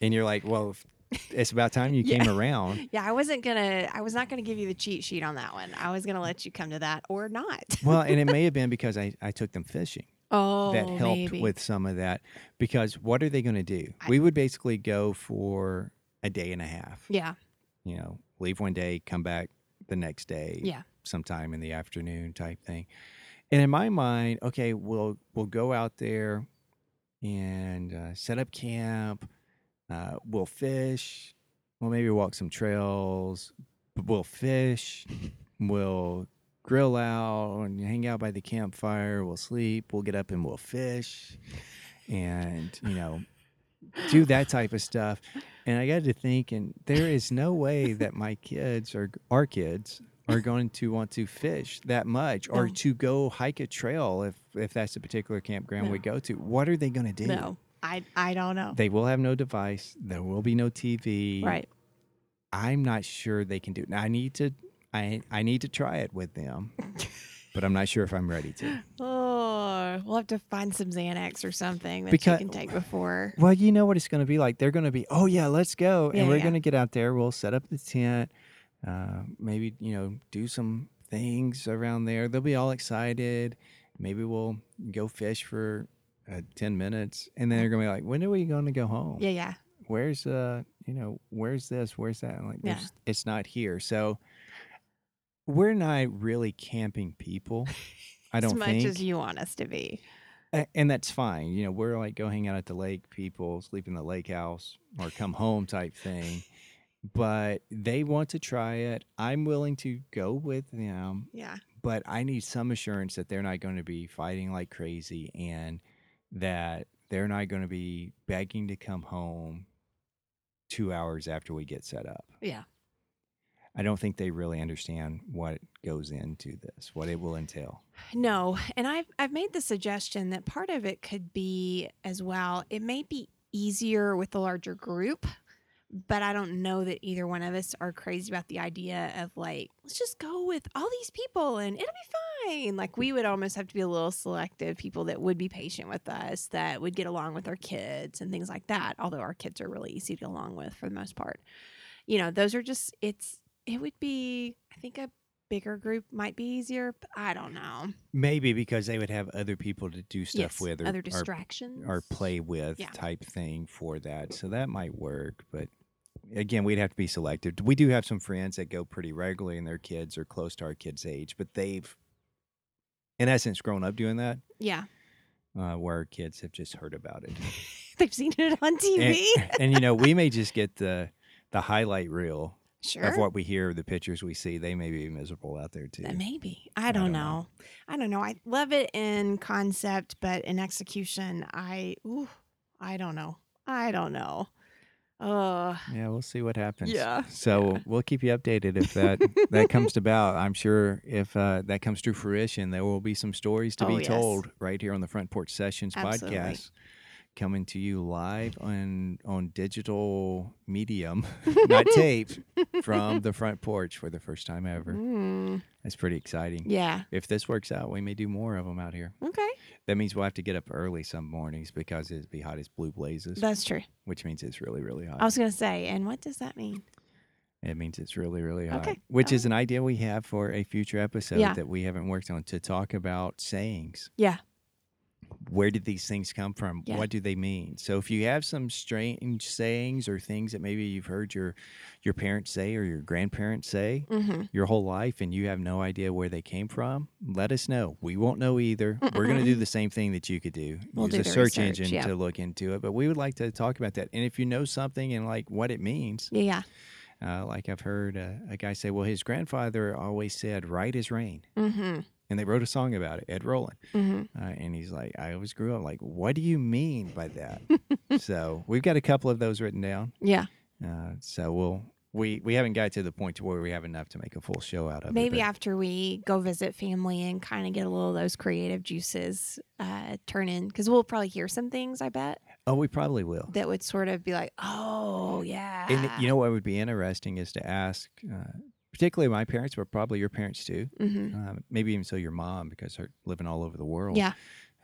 B: And you're like, well, if- it's about time you
C: Yeah.
B: came around.
C: Yeah, I wasn't gonna. I was not gonna give you the cheat sheet on that one. I was gonna let you come to that or not.
B: Well, and it may have been because I, I took them fishing
C: Oh,
B: that helped
C: maybe.
B: with some of that. Because what are they going to do?
C: I-
B: we would basically go for a day and a half.
C: Yeah.
B: you know, leave one day, come back the next day,
C: Yeah.
B: sometime in the afternoon type thing. And in my mind, okay, we'll we'll go out there and uh, set up camp. Uh, we'll fish. We'll maybe walk some trails. but We'll fish. We'll grill out and hang out by the campfire. We'll sleep. We'll get up and we'll fish, and you know, do that type of stuff. And I got to thinking, there is no way that my kids or our kids are going to want to fish that much or
C: No.
B: to go hike a trail if if that's the particular campground we go to. What are they going to do?
C: No, I I don't know.
B: They will have no device. There will be no TV.
C: right.
B: I'm not sure they can do it. Now, I need to I I need to try it with them. but I'm not sure if I'm ready to.
C: Oh, we'll have to find some Xanax or something that
B: Because-
C: you can take before.
B: Well, you know what it's going to be like. They're going to be, oh yeah, let's go,
C: Yeah,
B: and we're
C: yeah.
B: going to get out there. We'll set up the tent, uh, maybe you know do some things around there. They'll be all excited. Maybe we'll go fish for uh, ten minutes, and then they're going to be like, when are we going to go home?
C: Yeah, yeah.
B: Where's uh, you know, where's this? Where's that? And like,
C: Yeah.
B: there's it's not here. So we're not really camping people. I don't
C: as much
B: think
C: as you want us to be.
B: a- and that's fine. You know, we're like go hang out at the lake, people sleep in the lake house or come home type thing. But they want to try it. I'm willing to go with them,
C: Yeah.
B: but I need some assurance that they're not going to be fighting like crazy and that They're not going to be begging to come home two hours after we get set up.
C: Yeah.
B: I don't think they really understand what goes into this, what it will entail.
C: No, and I've I've made the suggestion that part of it could be as well. It may be easier with a larger group, but I don't know that either one of us are crazy about the idea of like let's just go with all these people and it'll be fine. Like we would almost have to be a little selective people that would be patient with us, that would get along with our kids and things like that. Although our kids are really easy to get along with for the most part. You know, those are just it's it would be I think a bigger group might be easier, but I don't know.
B: Maybe because they would have other people to do stuff
C: Yes,
B: with or,
C: other
B: or
C: distractions
B: or play with
C: Yeah.
B: type thing for that. So that might work, but again, we'd have to be selective. We do have some friends that go pretty regularly and their kids are close to our kids' age, but they've in essence grown up doing that.
C: Yeah,
B: Uh, where our kids have just heard about it.
C: they've seen it on
B: And,
C: TV.
B: and you know, we may just get the the highlight reel
C: sure,
B: of what we hear, the pictures we see. They may be miserable out there too.
C: Uh, maybe I don't,
B: don't
C: know.
B: know.
C: I don't know. I love it in concept, but in execution, I ooh, I don't know. I don't know. Uh,
B: Yeah, we'll see what happens.
C: Yeah,
B: So we'll keep you updated if that that comes about. I'm sure if uh, that comes to fruition, there will be some stories to
C: Oh,
B: be
C: yes.
B: told right here on the Front Porch Sessions
C: Absolutely.
B: podcast, coming to you live on on digital medium, not tape, from the front porch for the first time ever.
C: mm,
B: That's pretty exciting.
C: yeah.
B: If this works out, we may do more of them out here.
C: Okay,
B: That means we'll have to get up early some mornings because it'd be hot as blue blazes,
C: that's true.
B: which means it's really, really hot.
C: I was gonna say, and what does that mean?
B: It means it's really, really hot.
C: Okay.
B: Which
C: All
B: is an idea we have for a future episode
C: Yeah.
B: that we haven't worked on to talk about sayings.
C: Yeah.
B: Where did these things come from?
C: Yeah.
B: What do they mean? So if you have some strange sayings or things that maybe you've heard your your parents say or your grandparents say
C: Mm-hmm.
B: your whole life and you have no idea where they came from, let us know. We won't know either. We're going to do the same thing that you could do.
C: We'll
B: Use
C: do
B: a
C: the
B: search
C: research,
B: engine
C: yeah.
B: to look into it, but we would like to talk about that. And if you know something and like what it means,
C: Yeah, yeah.
B: uh, like I've heard uh, a guy say, well, his grandfather always said, right is rain.
C: Mm-hmm.
B: And they wrote a song about it, Ed Roland.
C: Mm-hmm.
B: Uh, and he's like, I always grew up like, what do you mean by that? so we've got a couple of those written down.
C: Yeah.
B: Uh, so we'll, we, we haven't got to the point to where we have enough to make a full show out of
C: Maybe
B: it.
C: after we go visit family and kind of get a little of those creative juices uh, turn in, because we'll probably hear some things, I bet,
B: oh, we probably will.
C: that would sort of be like, oh, yeah.
B: And you know what would be interesting is to ask, uh, particularly my parents, but probably your parents too.
C: hmm
B: Uh, maybe even so your mom because they're living all over the world.
C: Yeah.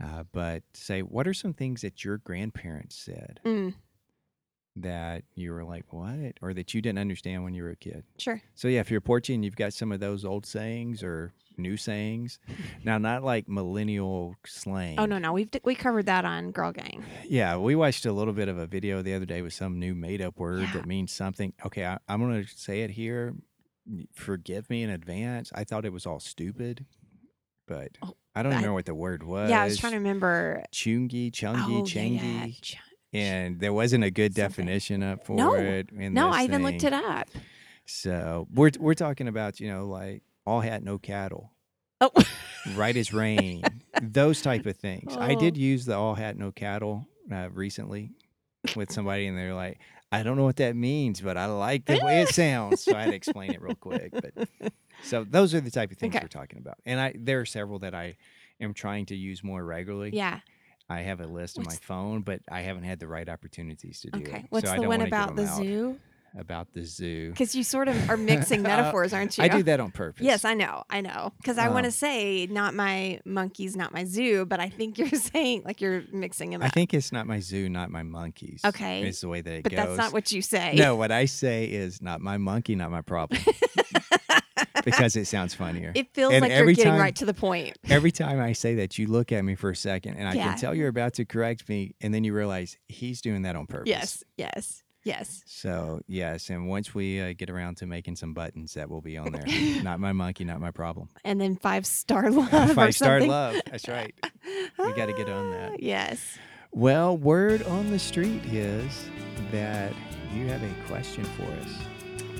B: Uh, but say, what are some things that your grandparents said
C: Mm,
B: that you were like, what? Or that you didn't understand when you were a kid?
C: sure.
B: So, yeah, if you're Porchy and you've got some of those old sayings or new sayings, now, not like millennial slang.
C: Oh no, no, we've we covered that on Girl Gang.
B: Yeah, we watched a little bit of a video the other day with some new made up word
C: Yeah.
B: that means something. Okay, I, I'm going to say it here. Forgive me in advance. I thought it was all stupid, but
C: Oh,
B: I don't
C: I-
B: even know what the word was.
C: yeah, I was trying to remember.
B: Chungi, chungi,
C: oh, yeah,
B: changi.
C: yeah, ch-
B: and there wasn't a good
C: Something.
B: definition up for
C: No.
B: it. in
C: No,
B: this
C: I even looked it
B: thing.
C: up.
B: So we're we're talking about you know like all hat no cattle,
C: Oh,
B: right as rain, those type of things. I did
C: Oh.
B: use the all hat no cattle uh, recently with somebody, and they're like, I don't know what that means, but I like the way it sounds. So I had to explain it real quick. But so those are the type of things
C: Okay.
B: we're talking about, and I there are several that I am trying to use more regularly.
C: yeah.
B: I have a list on my
C: What's-
B: phone, but I haven't had the right opportunities to do it.
C: Okay.
B: so
C: What's
B: I
C: the
B: don't
C: one
B: wanna give
C: about the
B: them out.
C: zoo?
B: About the zoo. Uh,
C: Because you sort of are mixing metaphors, aren't you?
B: I do that on purpose.
C: Yes, I know, I know. Because I want to
B: Um,
C: say not my monkeys, not my zoo, but I think you're saying like you're mixing them
B: I
C: up.
B: think it's not my zoo, not my monkeys.
C: Okay.
B: It's the way that it
C: but
B: goes.
C: that's not what you say.
B: No, what I say is not my monkey, not my problem. because it sounds funnier.
C: It feels
B: And
C: like you're
B: every
C: getting
B: time-
C: right to the point.
B: Every time I say that, you look at me for a second and I
C: Yeah.
B: can tell you're about to correct me. And then you realize he's doing that on purpose.
C: Yes, yes, yes.
B: So, yes. And once we uh, get around to making some buttons, that will be on there. not my monkey, not my problem.
C: And then five star love. or
B: Five star
C: something.
B: love. That's right. We gotta get on that.
C: Ah, Yes.
B: Well, word on the street is that you have a question for us.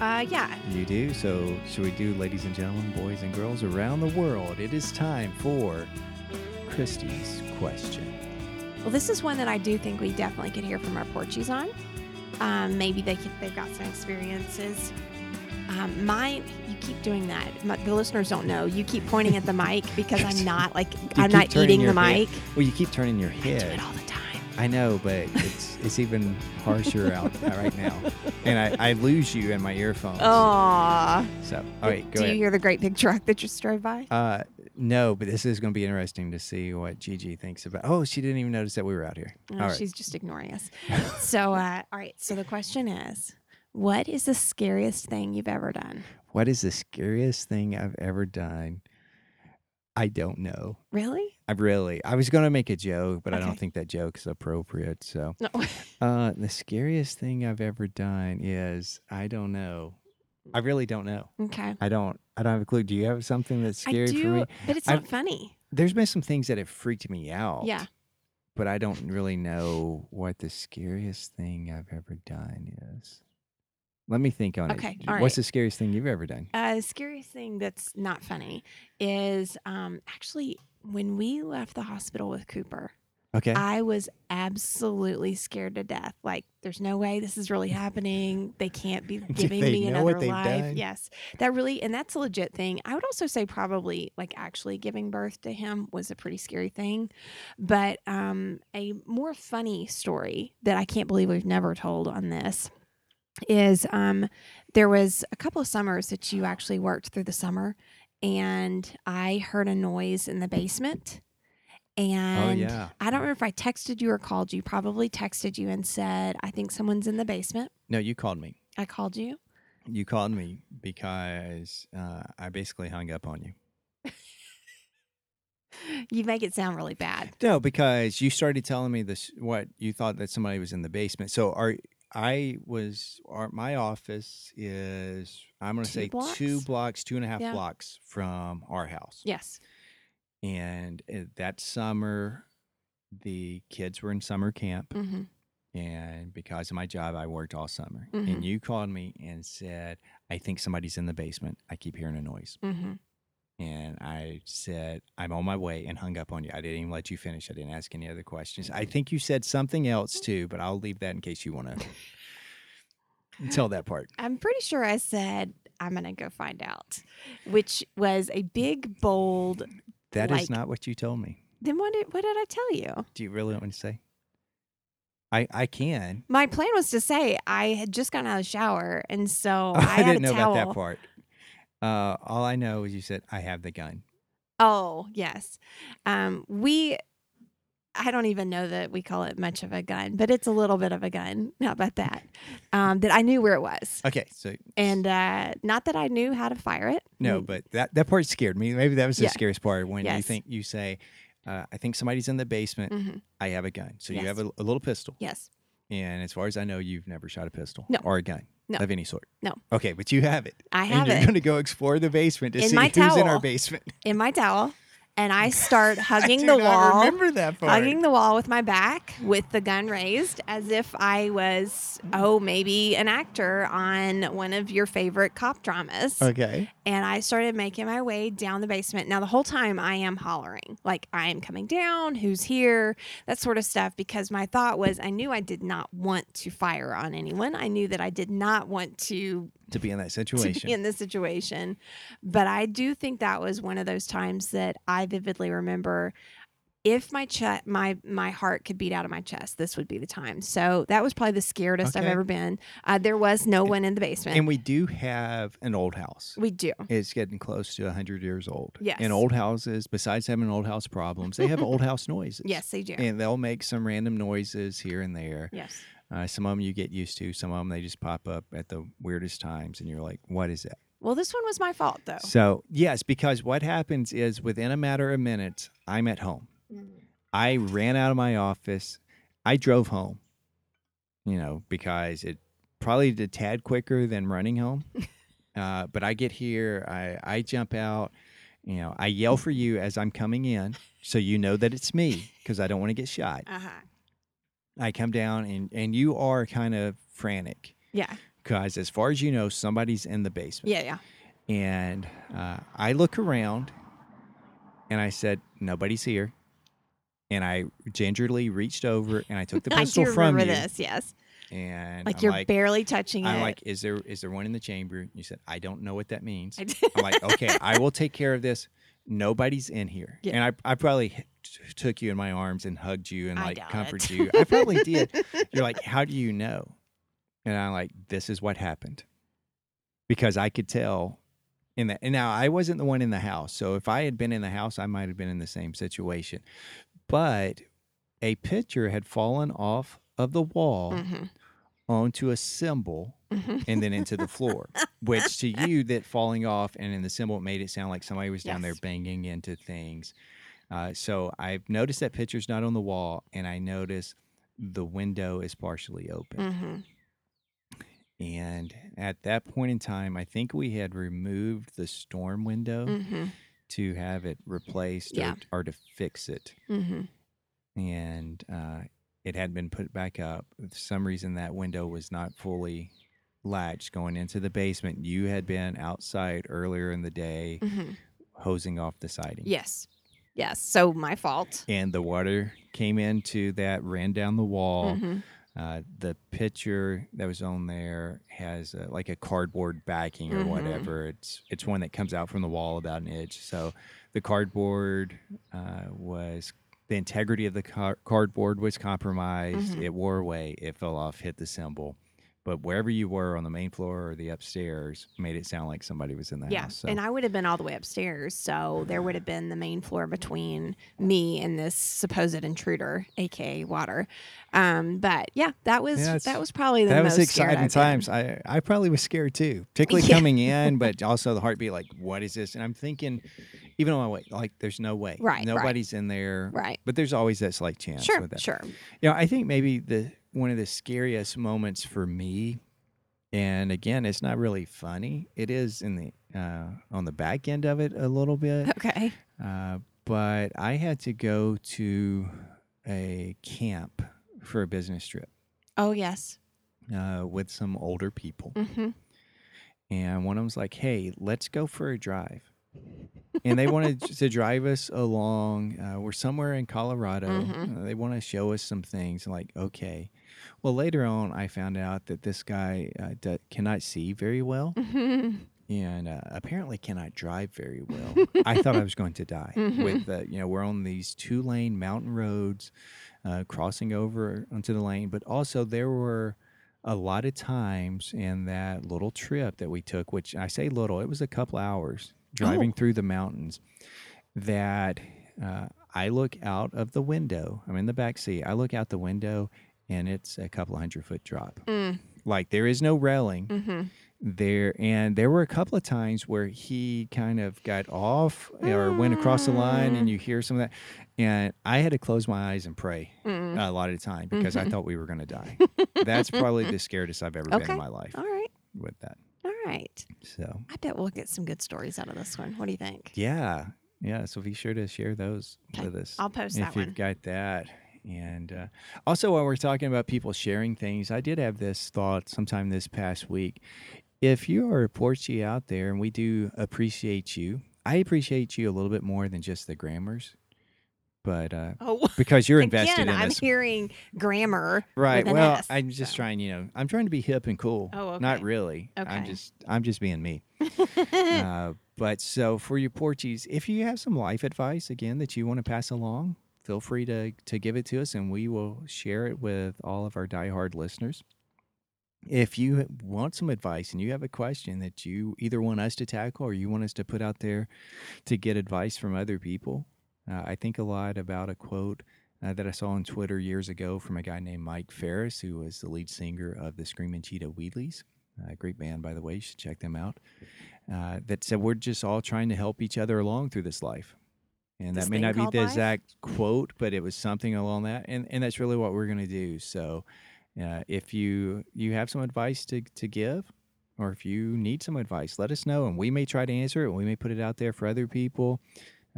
C: Uh, yeah.
B: You do. So, should we do, ladies and gentlemen, boys and girls around the world? It is time for Christy's question.
C: Well, this is one that I do think we definitely could hear from our Porchies on. Um, maybe they could, they've got some experiences. Um, mine, you keep doing that. My, the listeners don't know. You keep pointing at the mic because I'm not like I'm
B: keep
C: not
B: turning
C: eating the
B: your
C: mic.
B: head. Well, you keep turning your
C: I do
B: head.
C: it all the time.
B: I know, but it's it's even harsher out right now, and I, I lose you in my earphones.
C: Aw.
B: So, all right, go
C: Oh. do you
B: ahead.
C: hear the great big truck that just drove by?
B: uh, no, but this is going to be interesting to see what Gigi thinks about. Oh, she didn't even notice that we were out here.
C: No,
B: all right.
C: Oh, She's just ignoring us. so, uh, all right. So the question is, what is the scariest thing you've ever done?
B: What is the scariest thing I've ever done? I don't know.
C: Really?
B: I really. I was going to make a joke, but I don't
C: Okay.
B: think that joke is appropriate. So,
C: No.
B: uh, the scariest thing I've ever done is I don't know. I really don't know.
C: okay.
B: I don't. I don't have a clue. Do you have something that's
C: I
B: scary
C: do,
B: for me?
C: but it's
B: I-
C: not funny.
B: There's been some things that have freaked me out.
C: Yeah.
B: But I don't really know what the scariest thing I've ever done is. Let me think on
C: Okay,
B: it.
C: all
B: What's
C: right.
B: the scariest thing you've ever done?
C: Uh, the scariest thing that's not funny is um, actually when we left the hospital with Cooper,
B: Okay. Oh,
C: I was absolutely scared to death. Like, there's no way this is really happening. They can't be giving
B: they
C: me
B: know
C: another
B: what they've
C: life.
B: done?
C: Yes, that really, and that's a legit thing. I would also say probably like actually giving birth to him was a pretty scary thing. But um, a more funny story that I can't believe we've never told on this is um, there was a couple of summers that you actually worked through the summer, and I heard a noise in the basement.
B: oh
C: And
B: yeah.
C: I don't remember if I texted you or called you. Probably texted you and said, I think someone's in the basement.
B: No, you called me.
C: I called you.
B: You called me because uh, I basically hung up on you.
C: You make it sound really bad.
B: No, because you started telling me this what you thought that somebody was in the basement. So are I was our, my office is I'm going to
C: Two
B: say two
C: blocks?
B: blocks, two and a half
C: Yeah.
B: blocks from our house.
C: Yes.
B: And uh, that summer, the kids were in summer camp,
C: Mm-hmm.
B: and because of my job, I worked all summer.
C: Mhm.
B: And you called me and said, "I think somebody's in the basement. I keep hearing a noise."
C: Mm-hmm.
B: and I said, I'm on my way and hung up on you. I didn't even let you finish. I didn't ask any other questions. I think you said something else too, but I'll leave that in case you want to tell that part.
C: I'm pretty sure I said, I'm going to go find out, which was a big, bold.
B: That is
C: Like-
B: not what you told me.
C: Then what did, what did I tell you?
B: Do you really want me to say? I, I can.
C: My plan was to say I had just gotten out of the shower. And so Oh, I,
B: I
C: had
B: didn't
C: a
B: know
C: towel.
B: about that part. Uh, all I know is you said, I have the gun.
C: Oh, yes. Um, we, I don't even know that we call it much of a gun, but it's a little bit of a gun. How about that? Um, that I knew where it was.
B: Okay. So,
C: And uh, not that I knew how to fire it.
B: no,
C: Mm,
B: but that, that part scared me. Maybe that was the
C: Yeah.
B: scariest part when you
C: Yes.
B: think you say, uh, I think somebody's in the basement.
C: mhm,
B: I have a gun. So
C: Yes.
B: you have a, a little pistol.
C: Yes.
B: And as far as I know, you've never shot a pistol
C: No.
B: or a gun
C: No.
B: of any sort.
C: No.
B: Okay, but you have it.
C: I have
B: and you're
C: it
B: going to go explore the basement to
C: In
B: see
C: my
B: who's in our
C: towel.
B: basement.
C: in my towel. And I start hugging
B: I do
C: the
B: not
C: wall.
B: remember that part.
C: Hugging the wall with my back, with the gun raised, as if I was, oh, maybe an actor on one of your favorite cop dramas.
B: okay.
C: and I started making my way down the basement. Now, the whole time I am hollering, like, I am coming down, who's here, that sort of stuff, because my thought was I knew I did not want to fire on anyone. I knew that I did not want to,
B: To be in that
C: to
B: situation.
C: be in this situation. But I do think that was one of those times that I vividly remember. If my che- my my heart could beat out of my chest, this would be the time. So that was probably the scaredest I've
B: Okay.
C: ever been. Uh, there was no one in the basement.
B: and we do have an old house.
C: we do.
B: It's getting close to 100 years old.
C: Yes.
B: And old houses, besides having old house problems, they have old house noises.
C: Yes, they do.
B: And they'll make some random noises here and there.
C: yes.
B: Uh, some of them you get used to. Some of them they just pop up at the weirdest times, and you're like, "What is that?"
C: Well, this one was my fault though.
B: So, yes, because what happens is within a matter of minutes, I'm at home. I ran out of my office. I drove home, you know, because it probably did a tad quicker than running home. uh, but I get here, I, I jump out, you know, I yell for you as I'm coming in so you know that it's me because I don't want to get shot.
C: Uh huh.
B: I come down and, and you are kind of frantic
C: Yeah.
B: because, as far as you know, somebody's in the basement.
C: Yeah. Yeah.
B: And uh, I look around and I said, Nobody's here. and I gingerly reached over and I took the
C: I
B: pistol
C: do
B: from
C: remember
B: you.
C: this. Yes,
B: And
C: like
B: I'm
C: you're
B: like,
C: barely touching
B: I'm
C: it.
B: like, is there is there one in the chamber? And you said, I don't know what that means.
C: I did.
B: I'm like, okay, I will take care of this. Nobody's in here.
C: Yeah.
B: And I, I probably h- t- took you in my arms and hugged you and
C: I
B: like
C: doubt
B: comforted
C: it.
B: you. I probably did. You're like, how do you know? And I'm like, this is what happened. Because I could tell in that. And now I wasn't the one in the house. So if I had been in the house, I might have been in the same situation. But a picture had fallen off of the wall
C: Mhm,
B: onto a symbol
C: mhm.
B: and then into the floor, which to you that falling off and in the symbol made it sound like somebody was down there
C: Yes.
B: banging into things. Uh, so I've noticed that picture's not on the wall, and I notice the window is partially open.
C: Mhm.
B: And at that point in time, I think we had removed the storm window
C: Mhm.
B: to have it replaced
C: Yeah.
B: or, or to fix it.
C: Mhm.
B: And uh, it had been put back up. For some reason, that window was not fully latched going into the basement. You had been outside earlier in the day
C: Mhm.
B: hosing off the siding.
C: Yes, yes. So my fault.
B: And the water came into that, ran down the wall.
C: Mhm.
B: Uh, the picture that was on there has uh like a cardboard backing or
C: Mhm.
B: whatever. It's it's one that comes out from the wall about an inch. So the cardboard uh, was the integrity of the car- cardboard was compromised.
C: Mhm.
B: It wore away. It fell off. Hit the symbol. But wherever you were on the main floor or the upstairs, made it sound like somebody was in the
C: Yeah,
B: house. So
C: and I would have been all the way upstairs, so there would have been the main floor between me and this supposed intruder, aka Water. Um, but yeah, that was
B: Yeah, it's-
C: that was probably the
B: that
C: most
B: was
C: scared
B: exciting
C: I've
B: times. I, I probably was scared too, particularly
C: Yeah.
B: coming in, but also the heartbeat like, what is this? And I'm thinking, even on my way, like, there's no way.
C: Right, right.
B: Nobody's in there.
C: Been. Right.
B: But there's always that slight chance
C: Sure.
B: with that.
C: Sure.
B: You know, I think maybe the one of the scariest moments for me, and again, it's not really funny. It is in the uh, on the back end of it a little bit.
C: Okay.
B: Uh, but I had to go to a camp for a business trip
C: Oh yes.
B: uh, with some older people.
C: Mm-hmm.
B: and one of them's like, "Hey, let's go for a drive." and they wanted to drive us along. Uh, we're somewhere in Colorado.
C: Mhm.
B: Uh, they want to show us some things. I'm like, okay. Well, later on, I found out that this guy uh, d- cannot see very well
C: Mm-hmm.
B: and uh, apparently cannot drive very well. I thought I was going to die. With uh, you know, we're on these two lane mountain roads, uh, crossing over onto the lane, but also there were a lot of times in that little trip that we took, which I say little, it was a couple hours driving through the mountains, that uh, I look out of the window. I'm in the back seat. I look out the window, and it's a couple hundred foot drop. Like there is no railing
C: Mm-hmm.
B: there and there were a couple of times where he kind of got off or went across the line
C: Mm.
B: and you hear some of that and i had to close my eyes and pray
C: Mm.
B: a lot of the time because i thought we were going to die that's probably the scariest i've ever been
C: Mm-hmm. Okay. Oh.
B: in my life
C: All right.
B: with that
C: All right.
B: so
C: I bet we'll get some good stories out of this one. What do you think?
B: yeah yeah so be sure to share those
C: Okay.
B: with us
C: I'll post
B: if
C: that
B: you've
C: one.
B: got that and uh, also while we're talking about people sharing things i did have this thought sometime this past week if you are a porchy out there and we do appreciate you i appreciate you a little bit more than just the grammars but uh,
C: Oh,
B: because you're invested
C: again,
B: in
C: I'm
B: us
C: hearing grammar.
B: right
C: with an
B: well
C: S,
B: i'm just
C: so.
B: trying you know i'm trying to be hip and cool
C: Oh,
B: not
C: okay.
B: really i'm
C: Okay.
B: just i'm just being me uh, but so for you Porchies, if you have some life advice again that you want to pass along, feel free to to give it to us, and we will share it with all of our diehard listeners. If you want some advice and you have a question that you either want us to tackle or you want us to put out there to get advice from other people, uh, I think a lot about a quote uh, that I saw on Twitter years ago from a guy named Mike Ferris, who was the lead singer of the Screaming Cheetah Wheatleys. A great band, by the way. You should check them out uh, that said we're just all trying to help each other along through this life. And
C: This
B: that may
C: thing
B: not be
C: called
B: the
C: life?
B: exact quote, but it was something along that. And, and that's really what we're going to do. So uh, if you you have some advice to, to give or if you need some advice, let us know. And we may try to answer it. We may put it out there for other people.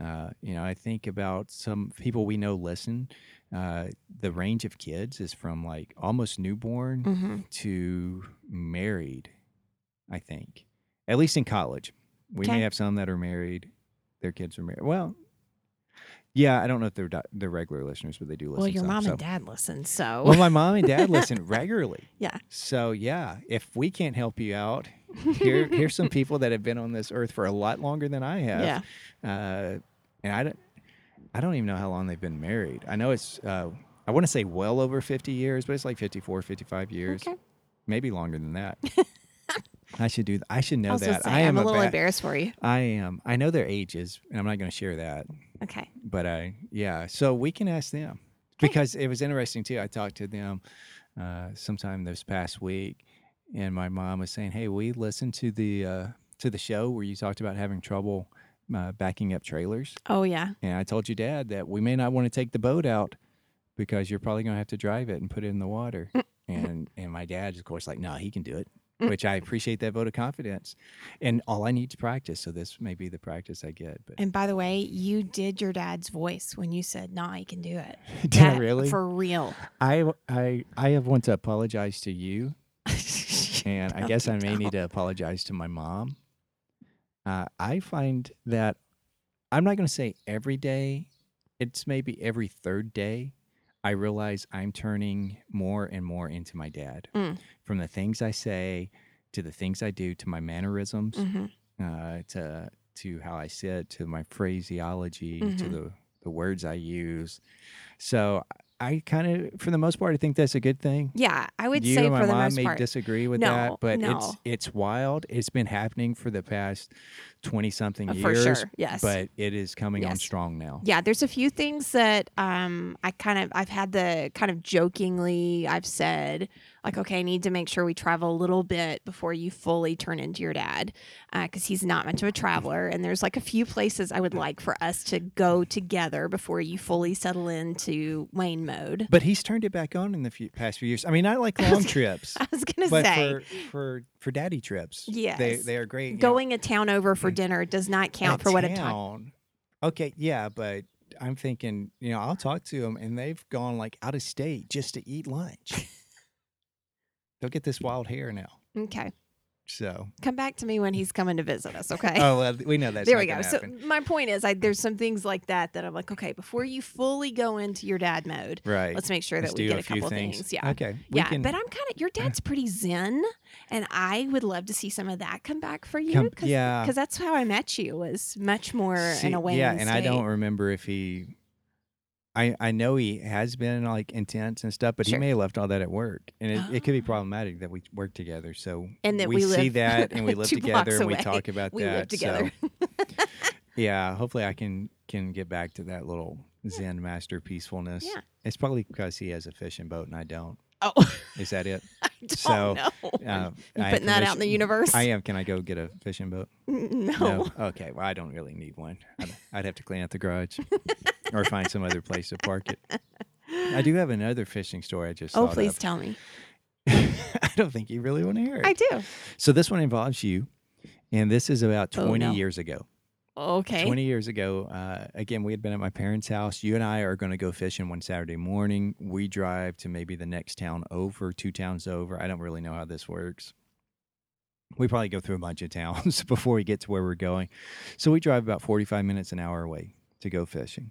B: Uh, you know, I think about some people we know listen. Uh, the range of kids is from like almost newborn
C: Mm-hmm.
B: to married, I think. At least in college. We may
C: Okay.
B: have some that are married. Their kids are married. Well, Yeah, I don't know if they're di- they're regular listeners, but they do listen.
C: well, your
B: some,
C: mom
B: so.
C: and dad listen, so
B: Well, my mom and dad listen regularly.
C: Yeah.
B: So yeah, if we can't help you out, here here's some people that have been on this earth for a lot longer than I have.
C: yeah.
B: uh, and I don't, I don't even know how long they've been married. I know it's, uh, I want to say well over 50 years, but it's like 54, 55 years,
C: Okay.
B: maybe longer than that. I should do. th- I should know
C: I was gonna
B: that.
C: say,
B: I am
C: I'm a little
B: ba-
C: embarrassed for you.
B: I am. I know their ages, and I'm not going to share that.
C: Okay.
B: But I, yeah. So we can ask them
C: Okay.
B: because it was interesting too. I talked to them uh, sometime this past week, and my mom was saying, "Hey, we listened to the uh, to the show where you talked about having trouble uh, backing up trailers."
C: Oh yeah.
B: And I told your dad that we may not want to take the boat out because you're probably going to have to drive it and put it in the water.
C: Mm-hmm.
B: and and my dad's of course like, no, he can do it, which I appreciate that vote of confidence. And all I need to practice, so this may be the practice I get. But
C: And by the way, you did your dad's voice when you said, "Nah, I can do it."
B: did I
C: That-
B: really?
C: For real.
B: I I I have want to apologize to you, and I
C: No,
B: guess
C: you
B: I may
C: don't.
B: need to apologize to my mom. Uh, I find that I'm not going to say every day. It's maybe every third day. I realize I'm turning more and more into my dad.
C: Mm.
B: From the things I say to the things I do to my mannerisms
C: Mhm.
B: uh, to to how I sit, to my phraseology, to
C: Mhm.
B: the the words I use. So I kind of, for the most part, I think that's a good thing.
C: Yeah, I would
B: you
C: say
B: and my
C: for the
B: mom
C: most
B: may
C: part.
B: disagree with
C: No,
B: that, but it's
C: no.
B: it's wild. It's been happening for the past twenty something
C: uh,
B: years,
C: for sure. Yes.
B: but it is coming on
C: Yes.
B: strong now.
C: yeah, there's a few things that um, I kind of I've had the kind of jokingly I've said like, okay, I need to make sure we travel a little bit before you fully turn into your dad because he's not much of a traveler. And there's like a few places I would like for us to go together before you fully settle into Wayne mode.
B: But he's turned it back on in the few, past few years. I mean, I like long trips,
C: I was gonna
B: but
C: say.
B: for for for daddy trips, they
C: Yes.
B: they are great. you know.
C: Going a town over for dinner does not count
B: a
C: for what a time.
B: town. Okay, yeah, but I'm thinking, you know, I'll talk to them, and they've gone like out of state just to eat lunch. They'll get this wild hair now.
C: Okay,
B: So,
C: come back to me when he's coming to visit us. Okay.
B: oh, well, we know that's
C: there
B: not
C: we go.
B: gonna
C: So
B: happen.
C: my point is, I, there's some things like that that I'm like, okay, before you fully go into your dad mode,
B: right.
C: let's make sure
B: Let's
C: that we
B: do
C: get a,
B: few
C: couple things. Yeah.
B: Okay. we
C: yeah,
B: can
C: but I'm kind of your dad's pretty zen, and I would love to see some of that come back for you
B: come-
C: because
B: yeah.
C: that's how I met you was much more
B: see-
C: in a way.
B: yeah, and I don't remember if he. I, I know he has been like intense and stuff, but he
C: Sure.
B: may have left all that at work, and it, it could be
C: Oh.
B: problematic that we work together. So
C: And that
B: we,
C: we
B: see
C: live
B: that, and we live
C: two blocks
B: together, and we
C: away.
B: talk about
C: We
B: that.
C: live together.
B: so, yeah, hopefully I can can get back to that little Zen master peacefulness.
C: Yeah.
B: it's probably because he has a fishing boat and I don't.
C: Oh,
B: Is that it?
C: I don't
B: So,
C: know.
B: Uh,
C: You
B: I am
C: putting that out in the
B: permission-
C: universe?
B: I am. Can I go get a fishing boat?
C: no.
B: Okay. Well, I don't really need one. I'd, I'd have to clean out the garage or find some other place to park it. I do have another fishing story I just
C: Oh,
B: thought
C: please
B: of.
C: tell me.
B: I don't think you really want to hear it.
C: I do.
B: so this one involves you, and this is about
C: Oh,
B: 20
C: no.
B: years ago.
C: Okay.
B: 20 years ago, uh, again, we had been at my parents' house. You and I are going to go fishing one Saturday morning. We drive to maybe the next town over, two towns over. I don't really know how this works. We probably go through a bunch of towns before we get to where we're going. So we drive about 45 minutes an hour away to go fishing.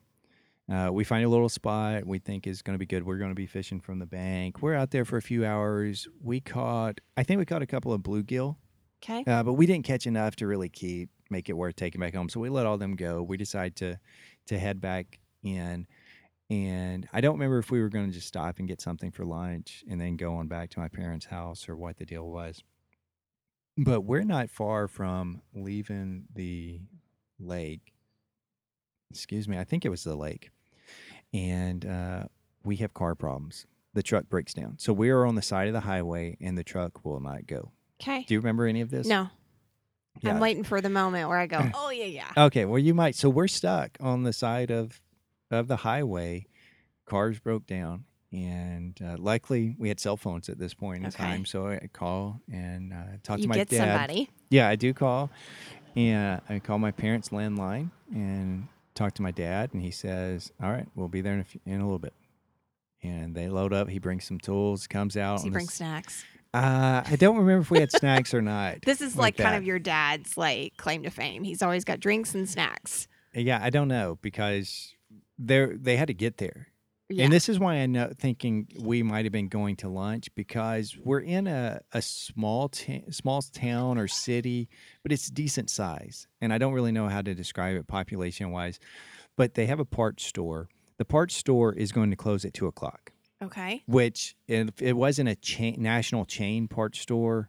B: Uh, we find a little spot we think is going to be good. We're going to be fishing from the bank. We're out there for a few hours. We caught, I think we caught a couple of bluegill.
C: Okay.
B: Uh, but we didn't catch enough to really keep make it worth taking back home. So we let all them go. We decided to to head back in, and I don't remember if we were going to just stop and get something for lunch and then go on back to my parents' house or what the deal was. But we're not far from leaving the lake. Excuse me, I think it was the lake, and uh, we have car problems. The truck breaks down, so we are on the side of the highway, and the truck will not go.
C: Okay.
B: Do you remember any of this?
C: No,
B: Yeah.
C: I'm waiting for the moment where I go, oh yeah, yeah.
B: Okay, well you might. So we're stuck on the side of of the highway. Cars broke down, and uh, luckily we had cell phones at this point in
C: Okay.
B: time. So I call and uh, talk to
C: You
B: my
C: get
B: dad.
C: somebody.
B: Yeah, I do call, and I call my parents' landline and talk to my dad, and he says, "All right, we'll be there in a, few, in a little bit." And they load up. He brings some tools. Comes out.
C: Does he
B: on
C: brings
B: this-
C: snacks.
B: uh, I don't remember if we had snacks or not.
C: This is
B: like
C: like, kind of
B: that.
C: your dad's like claim to fame. He's always got drinks and snacks.
B: Yeah, I don't know because they they had to get there.
C: Yeah.
B: And this is why I know thinking we might have been going to lunch because we're in a, a small ta- small town or city, but it's decent size. And I don't really know how to describe it population wise, but they have a parts store. The parts store is going to close at two o'clock,
C: okay.
B: which if it wasn't a chain, national chain parts store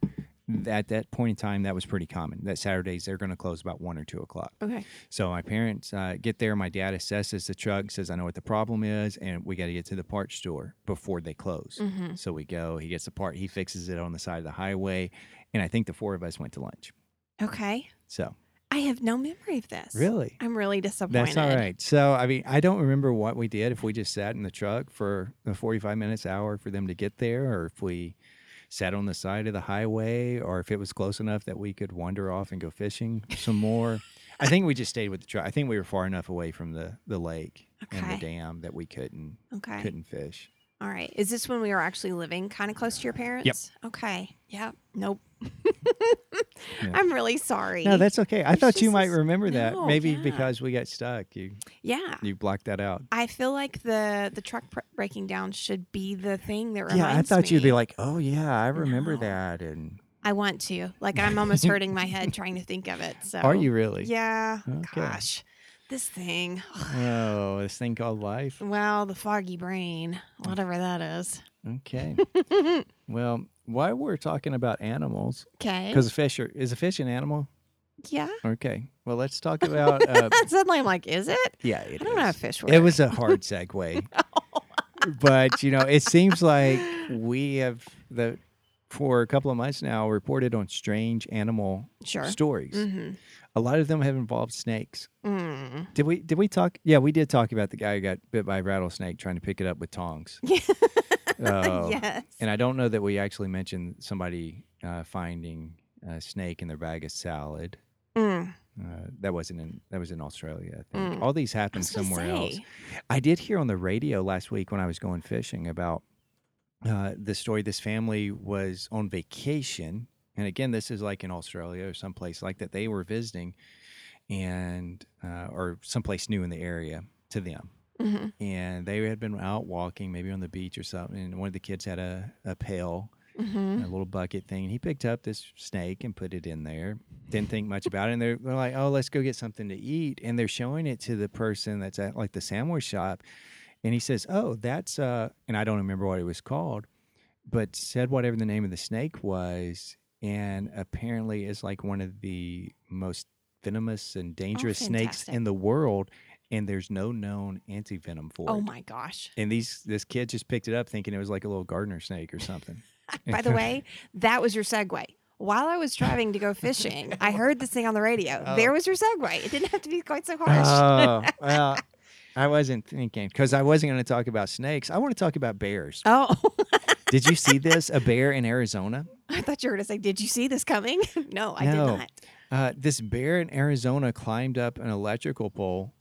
B: at that point in time, that was pretty common. That Saturdays they're going to close about one or two o'clock.
C: Okay.
B: So my parents uh, get there. My dad assesses the truck, says, "I know what the problem is, and we got to get to the parts store before they close."
C: Mm-hmm.
B: So we go. He gets the part. He fixes it on the side of the highway, and I think the four of us went to lunch.
C: Okay.
B: So
C: I have no memory of this.
B: really,
C: I'm really disappointed.
B: that's all right. So I mean, I don't remember what we did. If we just sat in the truck for the forty-five minutes hour for them to get there, or if we sat on the side of the highway, or if it was close enough that we could wander off and go fishing some more. I think we just stayed with the truck. I think we were far enough away from the the lake and the
C: Okay.
B: dam that we couldn't
C: Okay.
B: couldn't fish.
C: All right. Is this when we were actually living kind of close to your parents? Yep. Okay. Yep. Nope. I'm really sorry.
B: No, that's okay. I
C: It's
B: thought you
C: just
B: might
C: this-
B: remember
C: No,
B: that. Maybe
C: yeah.
B: because we got stuck, you
C: yeah.
B: you blocked that out.
C: I feel like the the truck pr- breaking down should be the thing that reminds
B: Yeah, I thought you'd
C: me.
B: be like, "Oh yeah, I remember
C: No.
B: that." And
C: I want to. Like I'm almost hurting my head trying to think of it. So
B: are you really?
C: Yeah.
B: Okay.
C: Gosh, this thing.
B: Oh, this thing called life.
C: Well, the foggy brain, whatever that is.
B: Okay. well, while we're talking about animals,
C: Okay.
B: because a fish are, is a fish an animal?
C: Yeah.
B: Okay. Well, let's talk about. Uh,
C: Suddenly I'm like, is it?
B: yeah, it
C: I don't know
B: is.
C: how fish work.
B: It was a hard segue. but, you know, it seems like we have, the for a couple of months now, reported on strange animal
C: sure.
B: stories.
C: Mm-hmm.
B: A lot of them have involved snakes.
C: Mm.
B: Did we did we talk? Yeah, we did talk about the guy who got bit by a rattlesnake trying to pick it up with tongs. Oh,
C: yes.
B: And I don't know that we actually mentioned somebody uh, finding a snake in their bag of salad.
C: Mm.
B: Uh, that wasn't in that was in Australia. I think
C: Mm.
B: all these happen
C: was gonna
B: somewhere else.
C: say.
B: I did hear on the radio last week when I was going fishing about uh, the story. This family was on vacation, and again, this is like in Australia or someplace like that. They were visiting, and uh, or someplace new in the area to them
C: Mhm.
B: and they had been out walking, maybe on the beach or something. And one of the kids had a, a pail,
C: Mhm.
B: and a little bucket thing. And he picked up this snake and put it in there. Didn't think much about it. And they're, they're like, oh, let's go get something to eat. And they're showing it to the person that's at like the sandwich shop. And he says, oh, that's, uh, and I don't remember what it was called, but said whatever the name of the snake was. And apparently it's like one of the most venomous and dangerous snakes
C: Oh, fantastic.
B: in the world. And there's no known antivenom for
C: Oh
B: it.
C: my gosh.
B: And these this kid just picked it up thinking it was like a little gardener snake or something.
C: By the way, that was your segue. While I was driving to go fishing, I heard this thing on the radio.
B: Oh.
C: There was your segue. It didn't have to be quite so harsh.
B: Oh, well, I wasn't thinking because I wasn't going to talk about snakes. I want to talk about bears.
C: oh.
B: Did you see this? A bear in Arizona?
C: I thought you were going to say, Did you see this coming? no, I
B: No.
C: did not.
B: Uh, this bear in Arizona climbed up an electrical pole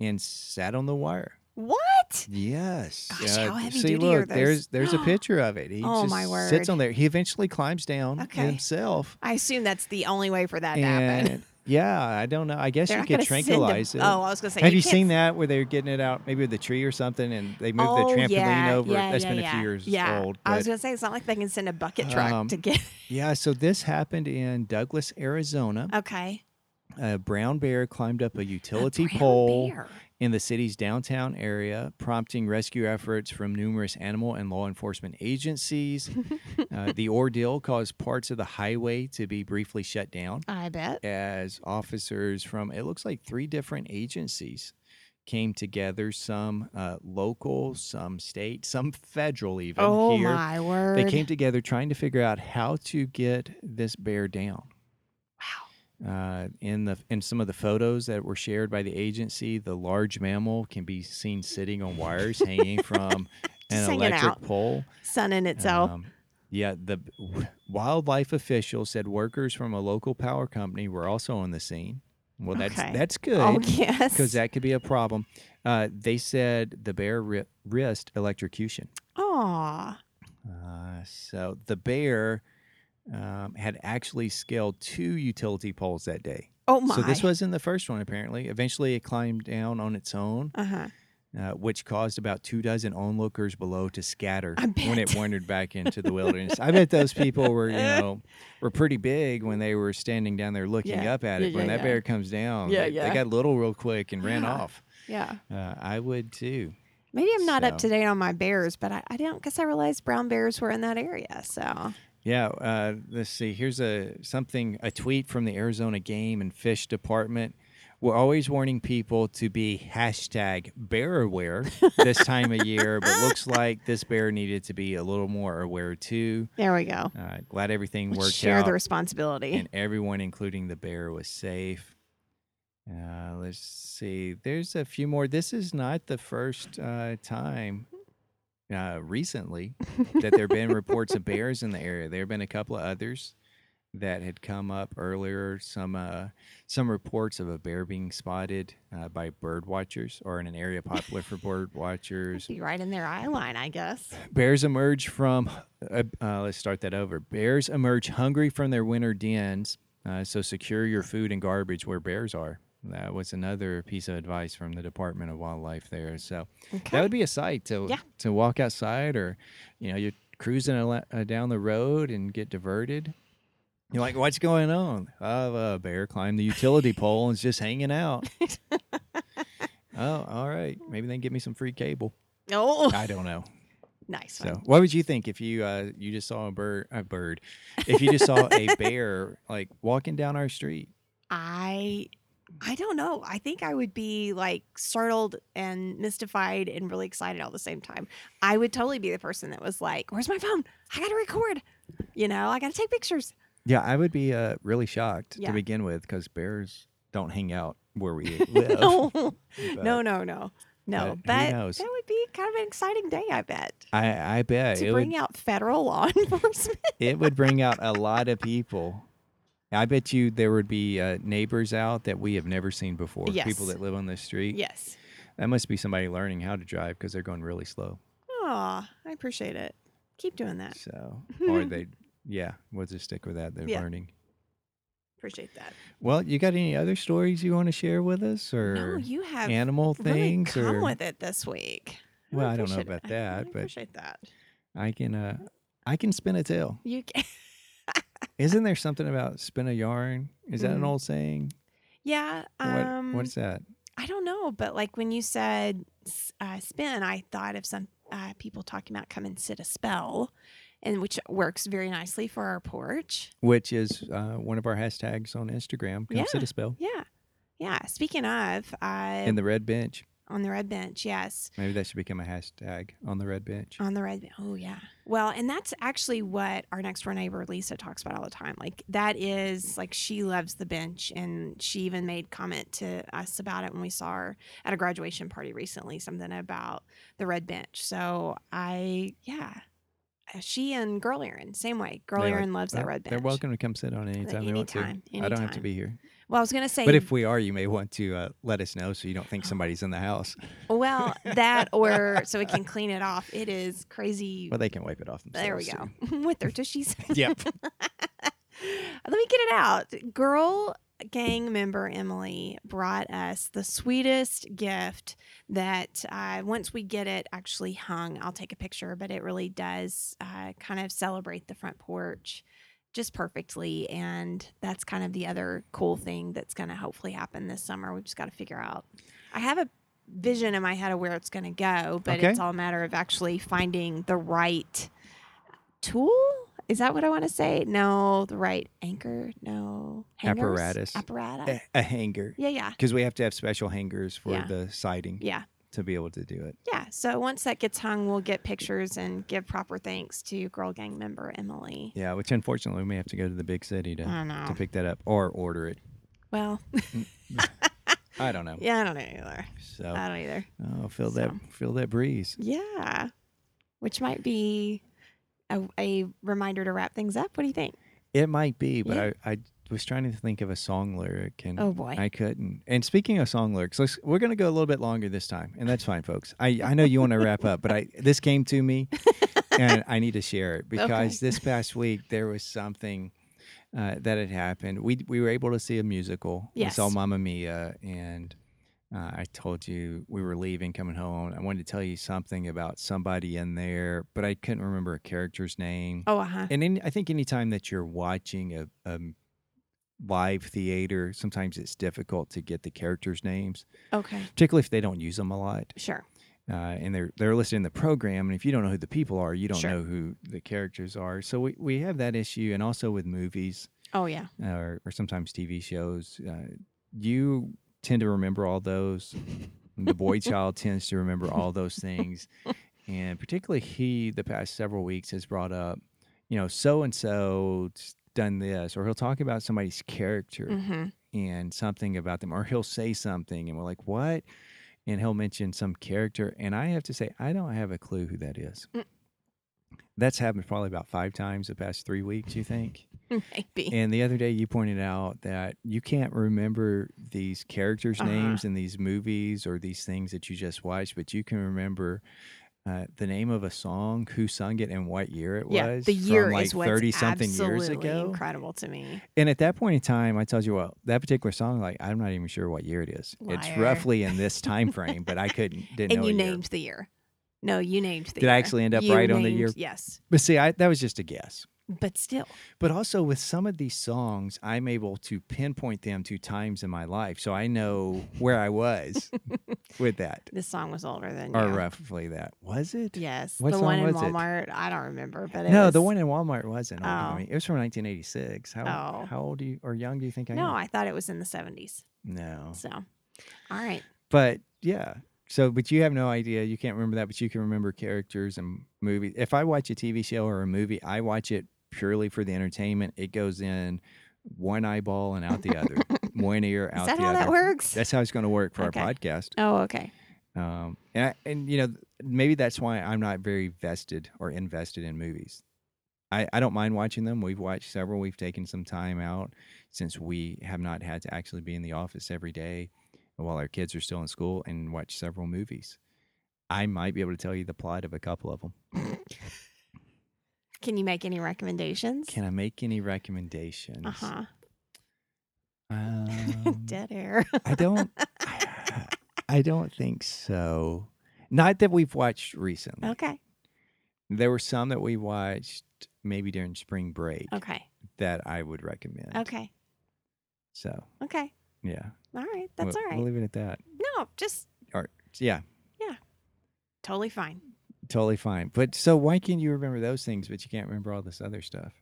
B: and sat on the wire.
C: What?
B: Yes.
C: Gosh, how heavy
B: see,
C: duty
B: look,
C: are those?
B: there's there's a picture of it. He
C: Oh,
B: just
C: my
B: sits
C: word.
B: on there. He eventually climbs down
C: Okay.
B: himself.
C: I assume that's the only way for that to happen.
B: And yeah, I don't know. I guess
C: They're
B: you
C: not
B: could
C: gonna send them-
B: tranquilize it.
C: Oh, I was going to say.
B: Have you,
C: can't
B: seen that where they're getting it out maybe with the tree or something and they move
C: Oh,
B: the trampoline
C: yeah,
B: over?
C: Yeah,
B: That's
C: yeah,
B: been a
C: yeah.
B: few years
C: yeah.
B: old.
C: I was
B: but-
C: going to say, it's not like they can send a bucket truck
B: Um,
C: to get.
B: yeah, so this happened in Douglas, Arizona.
C: Okay.
B: A brown bear climbed up a
C: A
B: utility
C: brown
B: pole
C: bear.
B: in the city's downtown area, prompting rescue efforts from numerous animal and law enforcement agencies. uh, the ordeal caused parts of the highway to be briefly shut down
C: I bet.
B: as officers from it looks like three different agencies came together some uh, local some state some federal even
C: Oh,
B: here
C: my word.
B: they came together trying to figure out how to get this bear down
C: Wow.
B: uh, in the in some of the photos that were shared by the agency the large mammal can be seen sitting on wires hanging from
C: Just
B: an
C: hanging
B: electric
C: out.
B: pole
C: Sun in itself.
B: um, yeah, the wildlife official said workers from a local power company were also on the scene. Well, that's
C: Okay.
B: that's
C: oh,
B: good
C: yes.
B: because that could be a problem. Uh, they said the bear ri- risked electrocution.
C: Aw.
B: Uh, so the bear um, had actually scaled two utility poles that day.
C: Oh, my.
B: So this wasn't the first one apparently. Eventually, it climbed down on its own.
C: Uh huh.
B: uh, which caused about two dozen onlookers below to scatter
C: I
B: when it
C: bet.
B: wandered back into the wilderness. I bet those people were, you know, were pretty big when they were standing down there looking
C: Yeah.
B: up at
C: Yeah,
B: it. when
C: yeah,
B: that
C: yeah.
B: bear comes down,
C: Yeah,
B: they, they
C: yeah.
B: got little real quick and ran
C: Yeah.
B: off.
C: Yeah.
B: Uh, I would too.
C: Maybe I'm not up
B: So-
C: to date on my bears, but I, I don't guess I realized brown bears were in that area. So
B: Yeah, uh, let's see. Here's a something a tweet from the Arizona Game and Fish Department. We're always warning people to be hashtag bear aware this time of year, but looks like this bear needed to be a little more aware too.
C: there we go.
B: Uh, glad everything
C: Let's
B: worked
C: share
B: out
C: the responsibility.
B: and everyone, including the bear, was safe. Uh, let's see. There's a few more. This is not the first uh, time uh, recently that there have been reports of bears in the area. There have been a couple of others that had come up earlier. Some uh, some reports of a bear being spotted uh, by bird watchers or in an area popular for bird watchers.
C: be right in their eye line, I guess.
B: Bears emerge from, uh, uh, let's start that over. Bears emerge hungry from their winter dens, uh, so secure your food and garbage where bears are. That was another piece of advice from the Department of Wildlife there. So that
C: Okay.
B: would be a sight to
C: Yeah.
B: to walk outside, or you know, you're cruising al- uh, down the road and get diverted. You're like, what's going on? Oh, a bear climbed the utility pole and is just hanging out. oh, all right. Maybe they can get me some free cable.
C: Oh,
B: I don't know.
C: nice one.
B: So, what would you think if you uh, you just saw a bird a bird, if you just saw a bear like walking down our street?
C: I I don't know. I think I would be like startled and mystified and really excited all at the same time. I would totally be the person that was like, "Where's my phone? I got to record." You know, I got to take pictures.
B: Yeah, I would be uh, really shocked
C: Yeah.
B: to begin with because bears don't hang out where we live.
C: no,
B: but
C: no, no, no. No,
B: but who
C: but
B: knows?
C: that would be kind of an exciting day, I bet,
B: I, I bet
C: to
B: it would
C: bring out federal law enforcement.
B: it would bring out a lot of people. I bet you there would be uh, neighbors out that we have never seen before. People
C: Yes.
B: that live on the street.
C: yes.
B: That must be somebody learning how to drive because they're going really slow.
C: Oh, I appreciate it. Keep doing that.
B: So, or they, yeah, we'll just stick with that. They're
C: Yeah.
B: learning.
C: Appreciate that.
B: Well, you got any other stories you want to share with us,
C: No,
B: or
C: you have
B: animal
C: really
B: things,
C: come
B: or
C: with it this week.
B: well,
C: really
B: I don't know
C: appreciate it.
B: about
C: I
B: that,
C: really
B: but
C: appreciate that.
B: I can, uh, I can spin a tail.
C: You can,
B: Isn't there something about spin a yarn? Is that an
C: Mhm.
B: old saying?
C: yeah. Um,
B: what, what's that?
C: I don't know, but like when you said s- uh, spin, I thought of some uh, people talking about come and sit a spell, and which works very nicely for our porch.
B: Which is uh, one of our hashtags on Instagram. Come sit a spell
C: Yeah, yeah. Speaking of, uh,
B: in the red bench.
C: on the red bench, yes.
B: Maybe that should become a hashtag on the red bench.
C: On the red. Oh yeah. Well, and that's actually what our next door neighbor Lisa talks about all the time. Like that is like she loves the bench, and she even made comment to us about it when we saw her at a graduation party recently. Something about the red bench. So I yeah, Uh, she and Girl Erin same way. Girl
B: They like-
C: Erin loves that
B: They're-
C: red bench.
B: They're welcome to come sit on anytime, they want to.
C: Anytime,
B: I don't have to
C: anytime.
B: be here,
C: Well, I was gonna say,
B: but if we are, you may want to uh, let us know so you don't
C: Oh.
B: think somebody's in the house.
C: well that or so we can clean it off. It is crazy.
B: Well, they can wipe it off themselves.
C: there we
B: too.
C: go with their tushies.
B: yep.
C: Let me get it out. Girl gang member Emily brought us the sweetest gift that uh, once we get it actually hung, I'll take a picture, but it really does uh, kind of celebrate the front porch just perfectly. And that's kind of the other cool thing that's going to hopefully happen this summer. We've just got to figure out. I have a vision in my head of where it's going to go, but
B: Okay.
C: it's all a matter of actually finding the right tool. Is that what I want to say? No, the right anchor. No hangers?
B: Apparatus.
C: Apparatus.
B: a, a hanger
C: Yeah, yeah,
B: because we have to have special hangers for
C: Yeah.
B: the siding
C: yeah,
B: to be able to do it.
C: yeah. So once that gets hung, we'll get pictures and give proper thanks to girl gang member Emily.
B: Yeah, which unfortunately we may have to go to the big city to,
C: I
B: to
C: know.
B: pick that up or order it.
C: Well,
B: I don't know.
C: yeah, Uh, I don't know either.
B: So
C: I don't either.
B: oh, feel that feel that breeze.
C: Yeah, which might be a, a reminder to wrap things up. What do you think?
B: It might be, but
C: Yeah.
B: I, I was trying to think of a song lyric and
C: Oh boy.
B: Mm. I couldn't. And speaking of song lyrics, let's, we're going to go a little bit longer this time, and that's fine, folks. I, I know you want to wrap up, but I this came to me, and I need to share it because this past week there was something uh, that had happened. We we were able to see a musical. We saw
C: Yes.
B: Mamma Mia, and Uh, I told you we were leaving, coming home. I wanted to tell you something about somebody in there, but I couldn't remember a character's name.
C: Oh, uh huh.
B: And any, I think anytime that you're watching a, a m- live theater, sometimes it's difficult to get the characters' names,
C: Okay.
B: particularly if they don't use them a lot.
C: Sure.
B: Uh, and they're they're listed in the program, and if you don't know who the people are, you don't
C: Sure.
B: know who the characters are. So we, we have that issue, and also with movies
C: Oh, yeah.
B: or, or sometimes TV shows. Uh, you tend to remember all those. The boy child tends to remember all those things. And particularly, he, the past several weeks, has brought up, you know, so and so's done this, or he'll talk about somebody's character
C: Mm-hmm.
B: and something about them, or he'll say something, and we're like, what? And he'll mention some character. And I have to say, I don't have a clue who that is.
C: Mm.
B: That's happened probably about five times the past three weeks, you think?
C: Maybe.
B: And the other day, you pointed out that you can't remember these characters'
C: Uh-huh.
B: names in these movies or these things that you just watched, but you can remember uh, the name of a song, who sung it, and what year it
C: yeah.
B: was.
C: The year
B: from like
C: is what's
B: 30 something years
C: absolutely
B: ago.
C: incredible to me.
B: And at that point in time, I told you, well, that particular song, like, I'm not even sure what year it is. It's
C: Liar.
B: roughly in this time frame, but I couldn't, didn't
C: And
B: know
C: you
B: a year.
C: named the year. No, you named the
B: Did
C: year.
B: I actually end up
C: You
B: right on the
C: named-
B: year?
C: Yes.
B: But see, I, that was just a guess.
C: But still.
B: But also with some of these songs, I'm able to pinpoint them to times in my life. So I know where I was with that,
C: This song was older than
B: or
C: you.
B: roughly that. Was it?
C: Yes,
B: What
C: the
B: song
C: one in
B: was it?
C: Walmart. I don't remember, but it
B: No,
C: was,
B: the one in Walmart wasn't. older than
C: Oh.
B: me. It was from 1986. How,
C: Oh.
B: how old do you, or young do you think I
C: No,
B: am?
C: I thought it was in the seventies.
B: No.
C: So, all right,
B: But yeah. So, but you have no idea. You can't remember that, but you can remember characters and movies. If I watch a TV show or a movie, I watch it purely for the entertainment. It goes in one eyeball and out the other, one ear
C: is
B: out
C: that
B: the
C: how
B: other.
C: that works?
B: That's how it's going to work for
C: Okay.
B: our podcast.
C: oh, okay.
B: Um, and, I, and you know, th- maybe that's why I'm not very vested or invested in movies. I, I don't mind watching them. We've watched several. We've taken some time out since we have not had to actually be in the office every day while our kids are still in school and watch several movies. I might be able to tell you the plot of a couple of them.
C: Can you make any recommendations?
B: Can I make any recommendations?
C: uh huh.
B: Um,
C: Dead air.
B: I don't. I, I don't think so. Not that we've watched recently.
C: okay.
B: There were some that we watched maybe during spring break
C: Okay.
B: that I would recommend.
C: Okay.
B: So
C: Okay.
B: yeah,
C: All right. That's
B: we'll,
C: all
B: We'll
C: right.
B: leave it at that.
C: No, just
B: So, yeah,
C: totally fine.
B: totally fine. But so why can you remember those things, but you can't remember all this other stuff?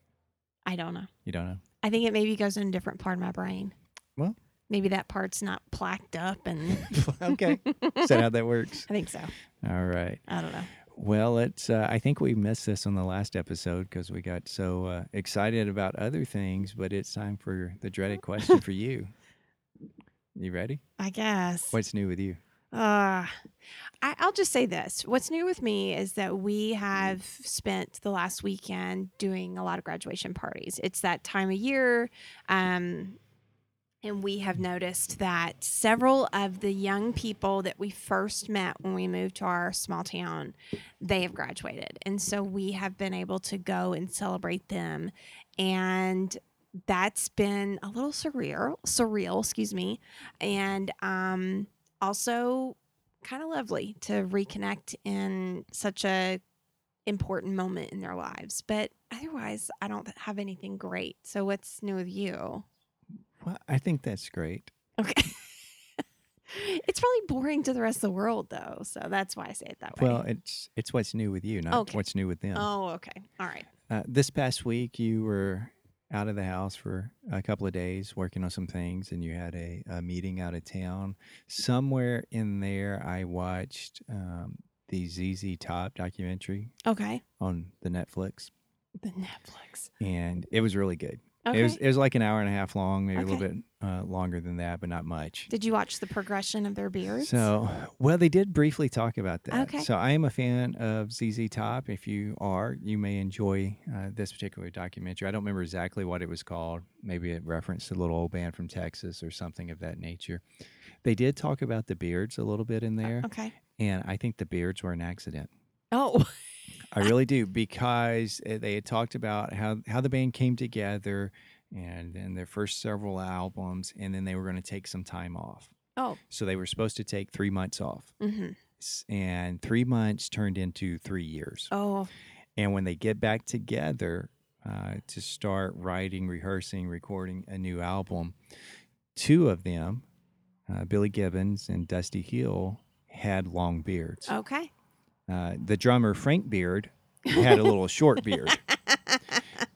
C: I don't know.
B: You don't know.
C: I think it maybe goes in a different part of my brain.
B: Well.
C: maybe that part's not plaqued up, and
B: okay, is that
C: I
B: how that works?
C: think so.
B: All right.
C: I don't know.
B: Well, it's. Uh, I think we missed this on the last episode because we got so uh, excited about other things. But it's time for the dreaded question for you. You ready?
C: I guess.
B: What's new with you?
C: Uh, I, I'll just say this. What's new with me is that we have spent the last weekend doing a lot of graduation parties. It's that time of year. Um, and we have noticed that several of the young people that we first met when we moved to our small town, they have graduated. And so we have been able to go and celebrate them. And that's been a little surreal, surreal, excuse me. And, um, also kind of lovely to reconnect in such a important moment in their lives but otherwise i don't have anything great so what's new with you
B: Well, I think that's great.
C: okay it's probably boring to the rest of the world though so that's why i say it that way
B: Well, it's it's what's new with you, not
C: Okay.
B: what's new with them.
C: oh okay all right
B: Uh, this past week, you were out of the house for a couple of days working on some things, and you had a, a meeting out of town. Somewhere in there, I watched um, the ZZ Top documentary
C: okay
B: on the Netflix,
C: the netflix
B: and it was really good.
C: okay
B: It was it was like an hour and a half long, maybe a little
C: Okay.
B: bit uh, longer than that, but not much.
C: did you watch the progression of their beards
B: So, well, they did briefly talk about that.
C: Okay.
B: So, I am a fan of ZZ Top. If you are, you may enjoy uh, this particular documentary. I don't remember exactly what it was called. Maybe it referenced a little old band from Texas or something of that nature. They did talk about the beards a little bit in there,
C: okay
B: and I think the beards were an accident.
C: oh
B: I really do because uh, they had talked about how how the band came together and then their first several albums, and then they were going to take some time off
C: Oh.
B: So they were supposed to take three months off,
C: Mm-hmm.
B: S- and three months turned into three years.
C: Oh.
B: And when they get back together uh, to start writing, rehearsing, recording a new album, two of them, uh, Billy Gibbons and Dusty Hill, had long beards.
C: Okay.
B: Uh, the drummer Frank Beard had a little short beard,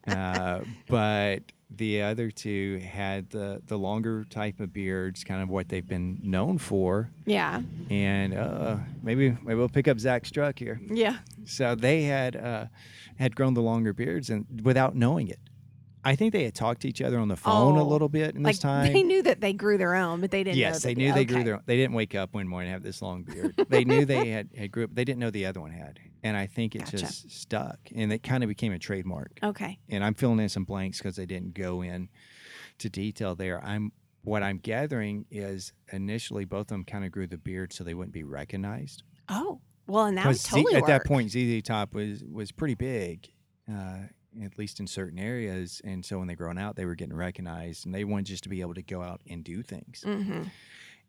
B: uh, but the other two had the the longer type of beards, kind of what they've been known for.
C: Yeah.
B: And uh, maybe maybe we'll pick up Zach Struck here.
C: Yeah.
B: So they had uh, had grown the longer beards, and without knowing it, I think they had talked to each other on the phone a
C: Oh,
B: little bit in
C: Like
B: this time.
C: they knew that they grew their own, but they didn't. know
B: yes,
C: that
B: they knew they grew
C: okay.
B: their. Own. They didn't wake up one morning and have this long beard. they knew they had, had grew up. They didn't know the other one had, and I think it
C: Gotcha.
B: just stuck, and it kind of became a trademark.
C: Okay.
B: And I'm filling in some blanks because they didn't go in to detail there. I'm what I'm gathering is initially both of them kind of grew the beard so they wouldn't be recognized.
C: Oh. Well, and that would
B: 'Cause Z-
C: totally
B: at that
C: work.
B: point, ZZ Top was was pretty big, uh, at least in certain areas. And so when they grown out, they were getting recognized, and they wanted just to be able to go out and do things.
C: Mm-hmm. Mm.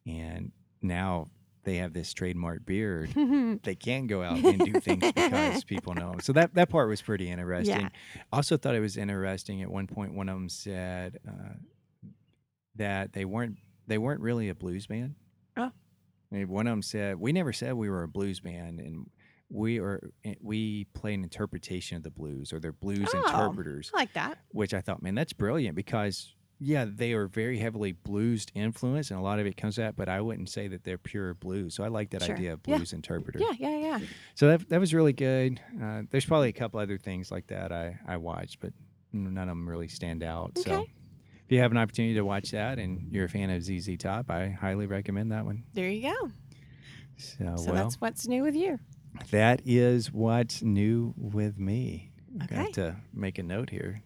B: And now they have this trademark beard.
C: Mhm.
B: They can go out and do things because people know. 'em. So that that part was pretty interesting. Also thought it was interesting. At one point, one of them said uh, that they weren't they weren't really a blues band.
C: Oh.
B: And one of them said, "We never said we were a blues band, and we are eh, we play an interpretation of the blues, or they're blues
C: Oh.
B: interpreters."
C: I like that.
B: Which I thought, man, that's brilliant because yeah, they are very heavily blues influenced, and a lot of it comes out. But I wouldn't say that they're pure blues. So I like that
C: Sure.
B: idea of
C: Yeah.
B: blues interpreter.
C: Yeah. Yeah. Yeah.
B: So that that was really good. Uh, there's probably a couple other things like that I I watched, but none of them really stand out. So
C: Okay.
B: if you have an opportunity to watch that and you're a fan of ZZ Top, I highly recommend that one.
C: There you go.
B: So,
C: So
B: Oh, well,
C: that's what's new with you.
B: that is what's new with me. I
C: Okay.
B: have to make a note here.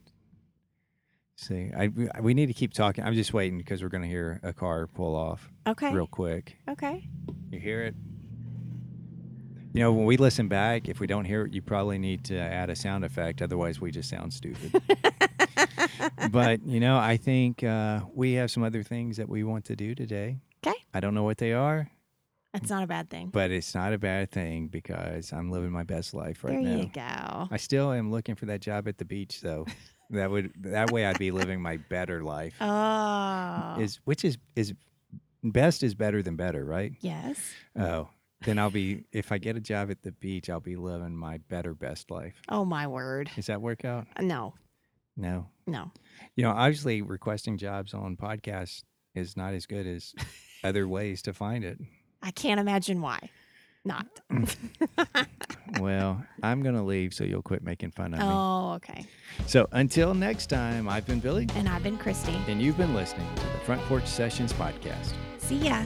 B: See, I we- we need to keep talking. I'm just waiting because we're going to hear a car pull off
C: Okay.
B: real quick.
C: Okay.
B: You hear it. You know, when we listen back, if we don't hear it, you probably need to add a sound effect. Otherwise, we just sound stupid. but, you know, I think uh, we have some other things that we want to do today.
C: 'Kay.
B: I don't know what they are,
C: That's not a bad thing.
B: but it's not a bad thing because I'm living my best life right
C: there
B: now.
C: you go.
B: I still am looking for that job at the beach, though. that would that way I'd be living my better life.
C: Oh.
B: Is which is is best is better than better, right?
C: yes.
B: Oh, then I'll be if I get a job at the beach, I'll be living my better best life.
C: Oh my word.
B: Does that work out?
C: No.
B: No.
C: No.
B: You know, obviously requesting jobs on podcasts is not as good as other ways to find it.
C: I can't imagine why. Not.
B: Mm, Well, I'm going to leave so you'll quit making fun of me.
C: Oh, okay.
B: So, until next time, I've been Billy
C: And I've been Christy.
B: and you've been listening to the Front Porch Sessions podcast.
C: See ya.